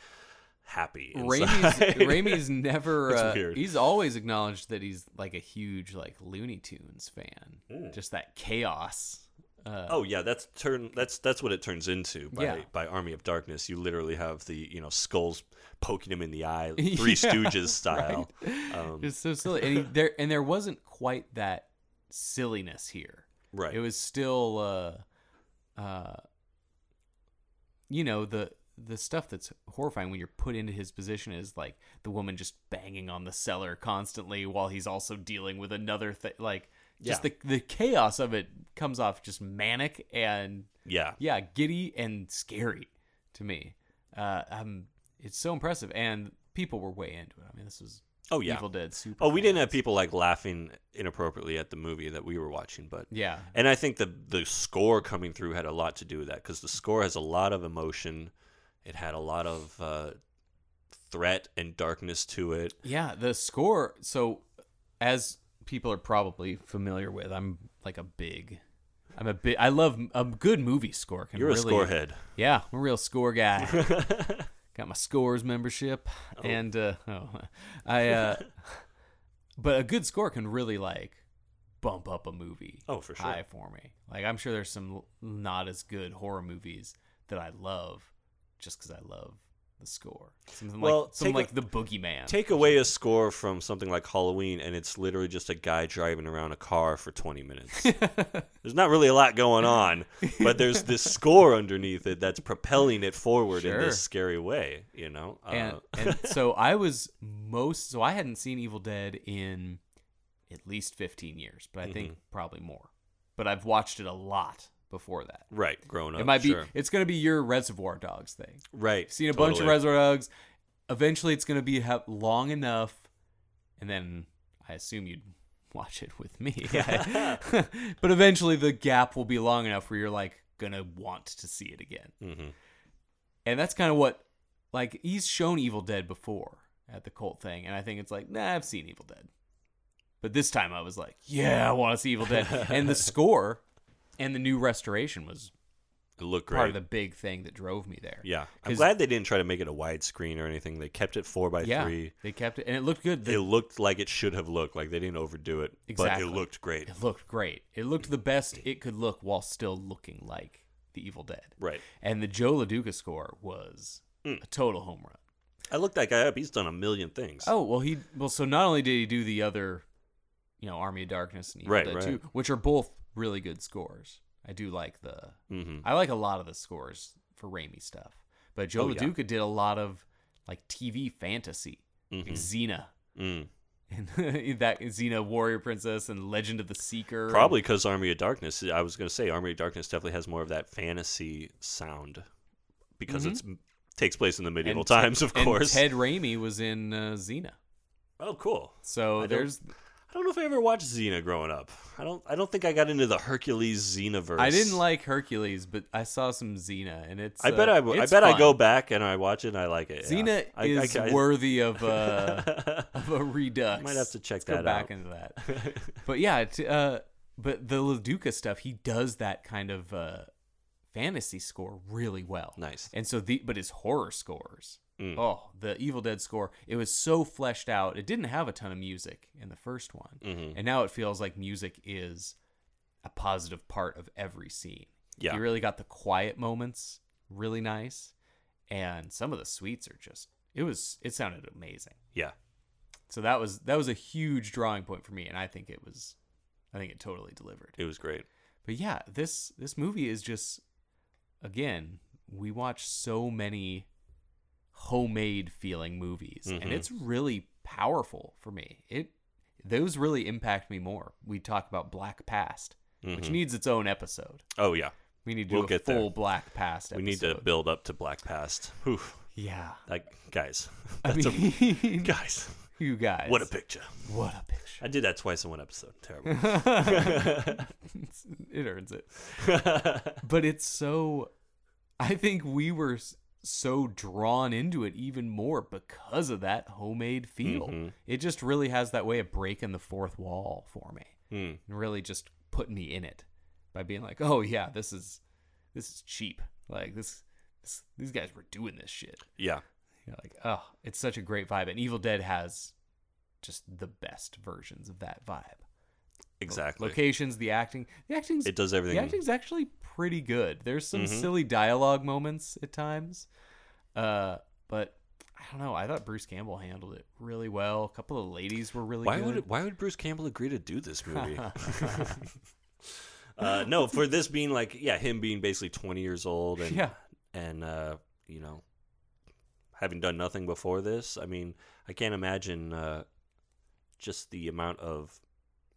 Speaker 2: happy
Speaker 1: Raimi's,
Speaker 2: (laughs) inside.
Speaker 1: Raimi's never.
Speaker 2: It's
Speaker 1: Uh,
Speaker 2: weird.
Speaker 1: he's always acknowledged that he's like a huge like Looney Tunes fan.
Speaker 2: Hmm.
Speaker 1: Just that chaos.
Speaker 2: oh yeah that's turn that's that's what it turns into by
Speaker 1: uh, Yeah.
Speaker 2: by army of darkness you literally have the you know skulls poking him in
Speaker 1: (laughs)
Speaker 2: the eye three stooges style um,
Speaker 1: It's so silly, and he, there and there wasn't quite that silliness here.
Speaker 2: right
Speaker 1: It was still, uh, uh, you know the the stuff that's horrifying when you're put into his position is like the woman just banging on the cellar constantly while he's also dealing with another thing. Like just
Speaker 2: Yeah.
Speaker 1: the the chaos of it comes off just manic and
Speaker 2: yeah
Speaker 1: yeah, giddy and scary to me. Uh, um, it's so impressive, and people were way into it. I mean, this was
Speaker 2: oh yeah
Speaker 1: Evil Dead super.
Speaker 2: Oh, we didn't
Speaker 1: fans.
Speaker 2: have people like laughing inappropriately at the movie that we were watching, but
Speaker 1: Yeah.
Speaker 2: And I think the the score coming through had a lot to do with that because the score has a lot of emotion. It had a lot of uh, threat and darkness to it.
Speaker 1: Yeah, the score. So, as people are probably familiar with, I'm like a big, I'm a big. I love a good movie score. Can
Speaker 2: You're
Speaker 1: really,
Speaker 2: a score head.
Speaker 1: Yeah, I'm a real score
Speaker 2: (laughs)
Speaker 1: guy. Got my scores membership, and uh, oh, I.
Speaker 2: (laughs)
Speaker 1: Uh, but a good score can really like bump up a movie.
Speaker 2: Oh, for sure.
Speaker 1: High for me. Like I'm sure there's some l- not as good horror movies that I love, just because I love the score. Something
Speaker 2: Well,
Speaker 1: like something
Speaker 2: take
Speaker 1: like the
Speaker 2: a-
Speaker 1: Boogeyman.
Speaker 2: Take away a score from something like Halloween, and it's literally just a guy driving around a car for
Speaker 1: (laughs)
Speaker 2: 20 minutes. there's not really a lot going on, but there's this score underneath it that's propelling it forward in
Speaker 1: Sure.
Speaker 2: this scary way. You know,
Speaker 1: and,
Speaker 2: (laughs) Uh,
Speaker 1: and so I was most so I hadn't seen Evil Dead in at least 15 years, but I think
Speaker 2: Mm-hmm.
Speaker 1: probably more. But I've watched it a lot before that.
Speaker 2: right, grown up.
Speaker 1: it might
Speaker 2: Oh, sure.
Speaker 1: be it's going to be your Reservoir Dogs thing.
Speaker 2: Right.
Speaker 1: You've seen a bunch of
Speaker 2: totally.
Speaker 1: Reservoir Dogs. Eventually, it's going to be ha- long enough, and then I assume you'd (laughs) watch it with me. (laughs) but eventually, the gap will be long enough where you're like gonna want to see it again.
Speaker 2: Mhm.
Speaker 1: And that's kind of what, like, he's shown Evil Dead before at the cult thing, and I think it's like, nah, I've seen Evil Dead, but this time I was
Speaker 2: (laughs)
Speaker 1: like, yeah, I want to see Evil Dead, and the score and the new restoration was
Speaker 2: It looked great.
Speaker 1: part of the big thing that drove me there.
Speaker 2: yeah, I'm
Speaker 1: 'Cause-
Speaker 2: glad they didn't try to make it a widescreen or anything. They kept it four by
Speaker 1: yeah,
Speaker 2: three.
Speaker 1: they kept it, and it looked good. The-
Speaker 2: it looked like it should have looked. Like they didn't overdo it,
Speaker 1: Exactly.
Speaker 2: but it looked great.
Speaker 1: It looked great. It looked the best it could look while still looking like The Evil Dead.
Speaker 2: Right. Mm.
Speaker 1: And the Joe LaDuca score was a total home run.
Speaker 2: I looked that guy up. He's done a million things.
Speaker 1: Oh well, he well so not only did he do the other, you know, Army of Darkness and Evil
Speaker 2: Right,
Speaker 1: Dead
Speaker 2: right.
Speaker 1: 2, which are both really good scores. I do like the
Speaker 2: Mhm.
Speaker 1: I like a lot of the scores for Raimi stuff, but Joe
Speaker 2: Oh, yeah.
Speaker 1: LaDuca did a lot of like TV fantasy, like Xena.
Speaker 2: Mm-hmm. Mm.
Speaker 1: And (laughs) that Xena Warrior Princess and Legend of the Seeker.
Speaker 2: Probably because Army of Darkness. I was going to say Army of Darkness definitely has more of that fantasy sound because it's takes place in the
Speaker 1: Mm-hmm. And
Speaker 2: medieval
Speaker 1: Te-
Speaker 2: times, of
Speaker 1: and
Speaker 2: course.
Speaker 1: Ted Raimi was in uh, Xena.
Speaker 2: oh, cool.
Speaker 1: So
Speaker 2: I don't-
Speaker 1: there's
Speaker 2: I don't know if I ever watched Xena growing up. I don't. I don't think I got into the Hercules Xenoverse.
Speaker 1: I didn't like Hercules, but I saw some Xena, and it's.
Speaker 2: I bet
Speaker 1: uh,
Speaker 2: I. w- I
Speaker 1: it's
Speaker 2: bet I
Speaker 1: fun.
Speaker 2: go back and I watch it and I like it. yeah.
Speaker 1: Xena
Speaker 2: I- I
Speaker 1: is
Speaker 2: ca- I- (laughs)
Speaker 1: worthy of uh, a of a redux.
Speaker 2: Might have to check
Speaker 1: Let's go
Speaker 2: that
Speaker 1: back
Speaker 2: out.
Speaker 1: into
Speaker 2: (laughs)
Speaker 1: that. But yeah, t- uh, but the Laduca stuff, he does that kind of uh, fantasy score really well.
Speaker 2: Nice. Mm.
Speaker 1: And so the but his horror scores. Oh, the Evil Dead score. It was so fleshed out. It didn't have a ton of music in the first one,
Speaker 2: Mm-hmm.
Speaker 1: and now it feels like music is a positive part of every scene. (laughs)
Speaker 2: Yeah.
Speaker 1: You really got the quiet moments really nice. And some of the suites are just it was it sounded amazing.
Speaker 2: Yeah.
Speaker 1: So that was that was a huge drawing point for me and I think it was I think it totally delivered.
Speaker 2: It was great.
Speaker 1: But yeah, this this movie is just again, we watch so many homemade feeling movies and it's really powerful for me. It those really impact me more. We talk about Black Past, which needs its own episode.
Speaker 2: Oh yeah.
Speaker 1: We need to
Speaker 2: We'll
Speaker 1: do a
Speaker 2: get there.
Speaker 1: full Black Past episode.
Speaker 2: We need to build up to Black Past. Whew.
Speaker 1: Yeah.
Speaker 2: Like guys. (laughs)
Speaker 1: I
Speaker 2: That's a,
Speaker 1: mean, (laughs)
Speaker 2: guys.
Speaker 1: you guys.
Speaker 2: What a picture.
Speaker 1: What a picture.
Speaker 2: I did that twice in one episode.
Speaker 1: (laughs)
Speaker 2: Terrible. (laughs)
Speaker 1: It earns it. but it's so. I think we were s- so drawn into it even more because of that homemade feel.
Speaker 2: Mm-hmm.
Speaker 1: It just really has that way of breaking the fourth wall for me
Speaker 2: Hmm,
Speaker 1: and really just putting me in it by being like, oh, yeah, this is this is cheap. Like, this, this these guys were doing this shit.
Speaker 2: yeah.
Speaker 1: You're like, oh, it's such a great vibe. And Evil Dead has just the best versions of that vibe.
Speaker 2: Exactly.
Speaker 1: Locations, the acting, the acting's
Speaker 2: It does everything. Mm-hmm.
Speaker 1: The acting's actually pretty good. There's some silly dialogue moments at times, uh, but I don't know. I thought Bruce Campbell handled it really well. A couple of ladies were really
Speaker 2: Why
Speaker 1: good.
Speaker 2: would it- why would Bruce Campbell agree to do
Speaker 1: (laughs)
Speaker 2: this movie? (laughs) uh, no, for this being like yeah, him being basically 20 years old and
Speaker 1: Yeah.
Speaker 2: and uh, you know having done nothing before this. I mean, I can't imagine uh, just the amount of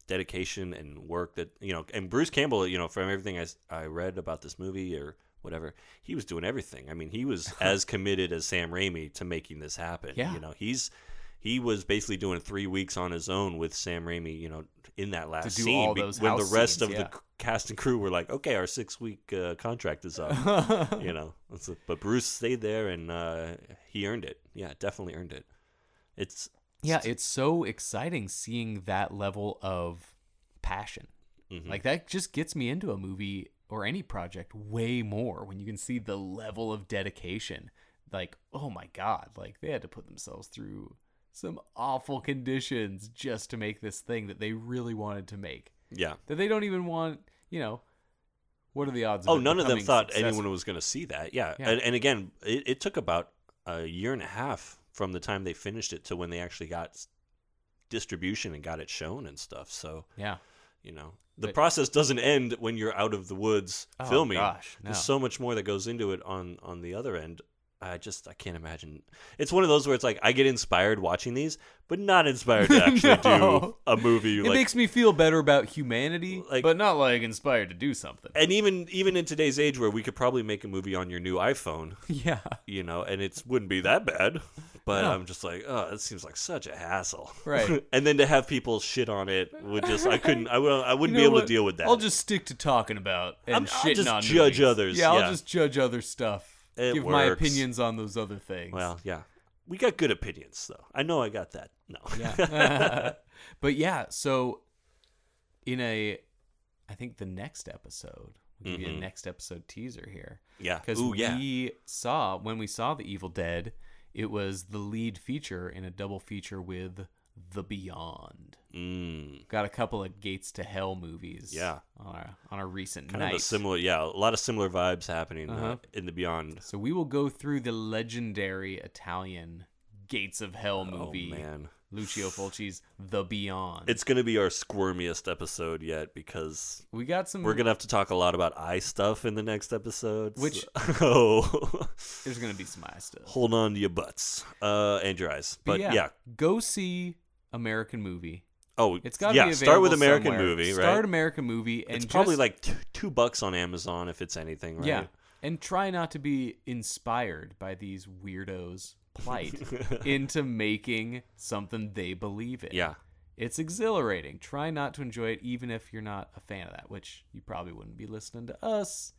Speaker 2: dedication and work that you know and Bruce Campbell, you know, from everything I s- I read about this movie or whatever, he was doing everything. I mean,
Speaker 1: (laughs)
Speaker 2: he was as committed as Sam Raimi to making this happen.
Speaker 1: Yeah.
Speaker 2: You know, he's he was basically doing three weeks on his own with Sam Raimi, you know, in that last
Speaker 1: do
Speaker 2: scene.
Speaker 1: all
Speaker 2: be-
Speaker 1: those
Speaker 2: when the
Speaker 1: house
Speaker 2: rest
Speaker 1: scenes,
Speaker 2: of
Speaker 1: yeah.
Speaker 2: the c- cast and crew were like, okay, our six week uh, contract
Speaker 1: (laughs)
Speaker 2: is up, you know. That's a- but Bruce stayed there and uh, he earned it. Yeah, definitely earned it. It's
Speaker 1: Yeah, it's so exciting seeing that level of passion.
Speaker 2: Mm-hmm.
Speaker 1: Like that just gets me into a movie or any project way more when you can see the level of dedication. Like, oh my god, like they had to put themselves through some awful conditions just to make this thing that they really wanted to make.
Speaker 2: yeah.
Speaker 1: That they don't even want, you know, what are the odds of
Speaker 2: Oh,
Speaker 1: it
Speaker 2: none of them
Speaker 1: becoming
Speaker 2: thought
Speaker 1: successful?
Speaker 2: anyone was going to see that. Yeah.
Speaker 1: Yeah.
Speaker 2: And, and again, it, it took about a year and a half from the time they finished it to when they actually got s- distribution and got it shown and stuff. So,
Speaker 1: Yeah.
Speaker 2: you know, the
Speaker 1: But-
Speaker 2: process doesn't end when you're out of the woods
Speaker 1: Oh,
Speaker 2: filming.
Speaker 1: gosh, no.
Speaker 2: There's so much more that goes into it on on the other end. I just I can't imagine. It's one of those where it's like I get inspired watching these, but not inspired
Speaker 1: (laughs)
Speaker 2: to actually do
Speaker 1: No.
Speaker 2: a movie.
Speaker 1: It
Speaker 2: like,
Speaker 1: makes me feel better about humanity,
Speaker 2: Like- Eh.
Speaker 1: but not like inspired to do something.
Speaker 2: and even even in today's age where we could probably make a movie on your new iPhone,
Speaker 1: (laughs) Yeah.
Speaker 2: you know, and it wouldn't be that bad. But
Speaker 1: No.
Speaker 2: I'm just like, oh, that seems like such a hassle.
Speaker 1: Right.
Speaker 2: (laughs) and then to have people shit on it would just, I couldn't, I, will, I wouldn't
Speaker 1: You know
Speaker 2: be able
Speaker 1: what?
Speaker 2: to deal with that.
Speaker 1: I'll just stick to talking about and
Speaker 2: I'm- I'll
Speaker 1: shitting
Speaker 2: just
Speaker 1: on
Speaker 2: judge
Speaker 1: movies.
Speaker 2: others,
Speaker 1: Yeah, I'll
Speaker 2: yeah.
Speaker 1: just judge other stuff.
Speaker 2: It
Speaker 1: give my
Speaker 2: works.
Speaker 1: opinions on those other things. (laughs)
Speaker 2: well, yeah. We got good opinions, though. I know I got that. No.
Speaker 1: yeah. but yeah, so in a, I think the next episode We can get a next episode teaser here.
Speaker 2: Mm-hmm. Yeah.
Speaker 1: Because
Speaker 2: Ooh, yeah.
Speaker 1: we saw when we saw The Evil Dead, it was the lead feature in a double feature with The Beyond.
Speaker 2: (laughs) Mm,
Speaker 1: Got a couple of Gates to Hell movies.
Speaker 2: Yeah.
Speaker 1: On our, on our recent
Speaker 2: kind
Speaker 1: night.
Speaker 2: of a similar, yeah, a lot of similar vibes happening uh,
Speaker 1: Uh-huh.
Speaker 2: in the Beyond.
Speaker 1: so we will go through the legendary Italian Gates of Hell movie.
Speaker 2: Oh man,
Speaker 1: Lucio Fulci's The Beyond.
Speaker 2: it's gonna be our squirmiest episode yet because
Speaker 1: we got some.
Speaker 2: we're gonna have to talk a lot about eye stuff in the next episode.
Speaker 1: Which-
Speaker 2: (laughs) oh, (laughs)
Speaker 1: There's gonna be some eye stuff.
Speaker 2: hold on to your butts uh, and your eyes. But, yeah.
Speaker 1: go see American movie.
Speaker 2: oh,
Speaker 1: It's got to
Speaker 2: yeah.
Speaker 1: be available
Speaker 2: start with American
Speaker 1: somewhere.
Speaker 2: movie, right?
Speaker 1: Start American movie, and
Speaker 2: it's probably
Speaker 1: just-
Speaker 2: like t- two bucks on Amazon if it's anything, right?
Speaker 1: yeah, and try not to be inspired by these weirdos' plight
Speaker 2: (laughs)
Speaker 1: into making something they believe in.
Speaker 2: yeah.
Speaker 1: it's exhilarating. Try not to enjoy it, even if you're not a fan of that, which you probably wouldn't be listening to us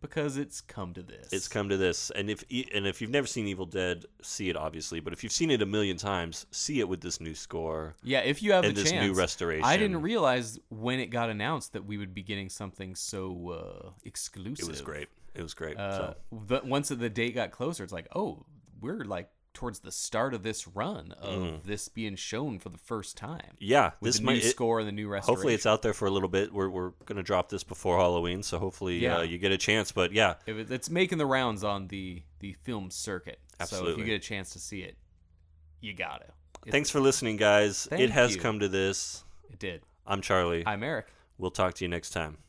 Speaker 1: because it's come to this.
Speaker 2: It's come to this, and if e- and if you've never seen Evil Dead, see it obviously. But if you've seen it a million times, see it with this new score.
Speaker 1: Yeah, if you have
Speaker 2: and
Speaker 1: the
Speaker 2: this new
Speaker 1: chance. I
Speaker 2: restoration.
Speaker 1: didn't realize when it got announced that we would be getting something so uh, exclusive.
Speaker 2: It was great. It was great.
Speaker 1: Uh,
Speaker 2: so.
Speaker 1: but once the date got closer, it's like, oh, we're like towards the start of this run of this being shown for the first time.
Speaker 2: Mm. Yeah,
Speaker 1: with
Speaker 2: this
Speaker 1: the
Speaker 2: might
Speaker 1: new
Speaker 2: it-
Speaker 1: score and the new restoration.
Speaker 2: Hopefully, it's out there for a little bit. We're we're gonna drop this before Halloween, so hopefully,
Speaker 1: Yeah.
Speaker 2: uh, you get a chance. But yeah,
Speaker 1: If it- It's making the rounds on the the film circuit. So if
Speaker 2: Absolutely.
Speaker 1: you get a chance to see it, you gotta. It,
Speaker 2: thanks for listening, guys.
Speaker 1: Thank
Speaker 2: it has
Speaker 1: you.
Speaker 2: come to this.
Speaker 1: It did.
Speaker 2: I'm Charlie.
Speaker 1: I'm Eric.
Speaker 2: We'll talk to you next time.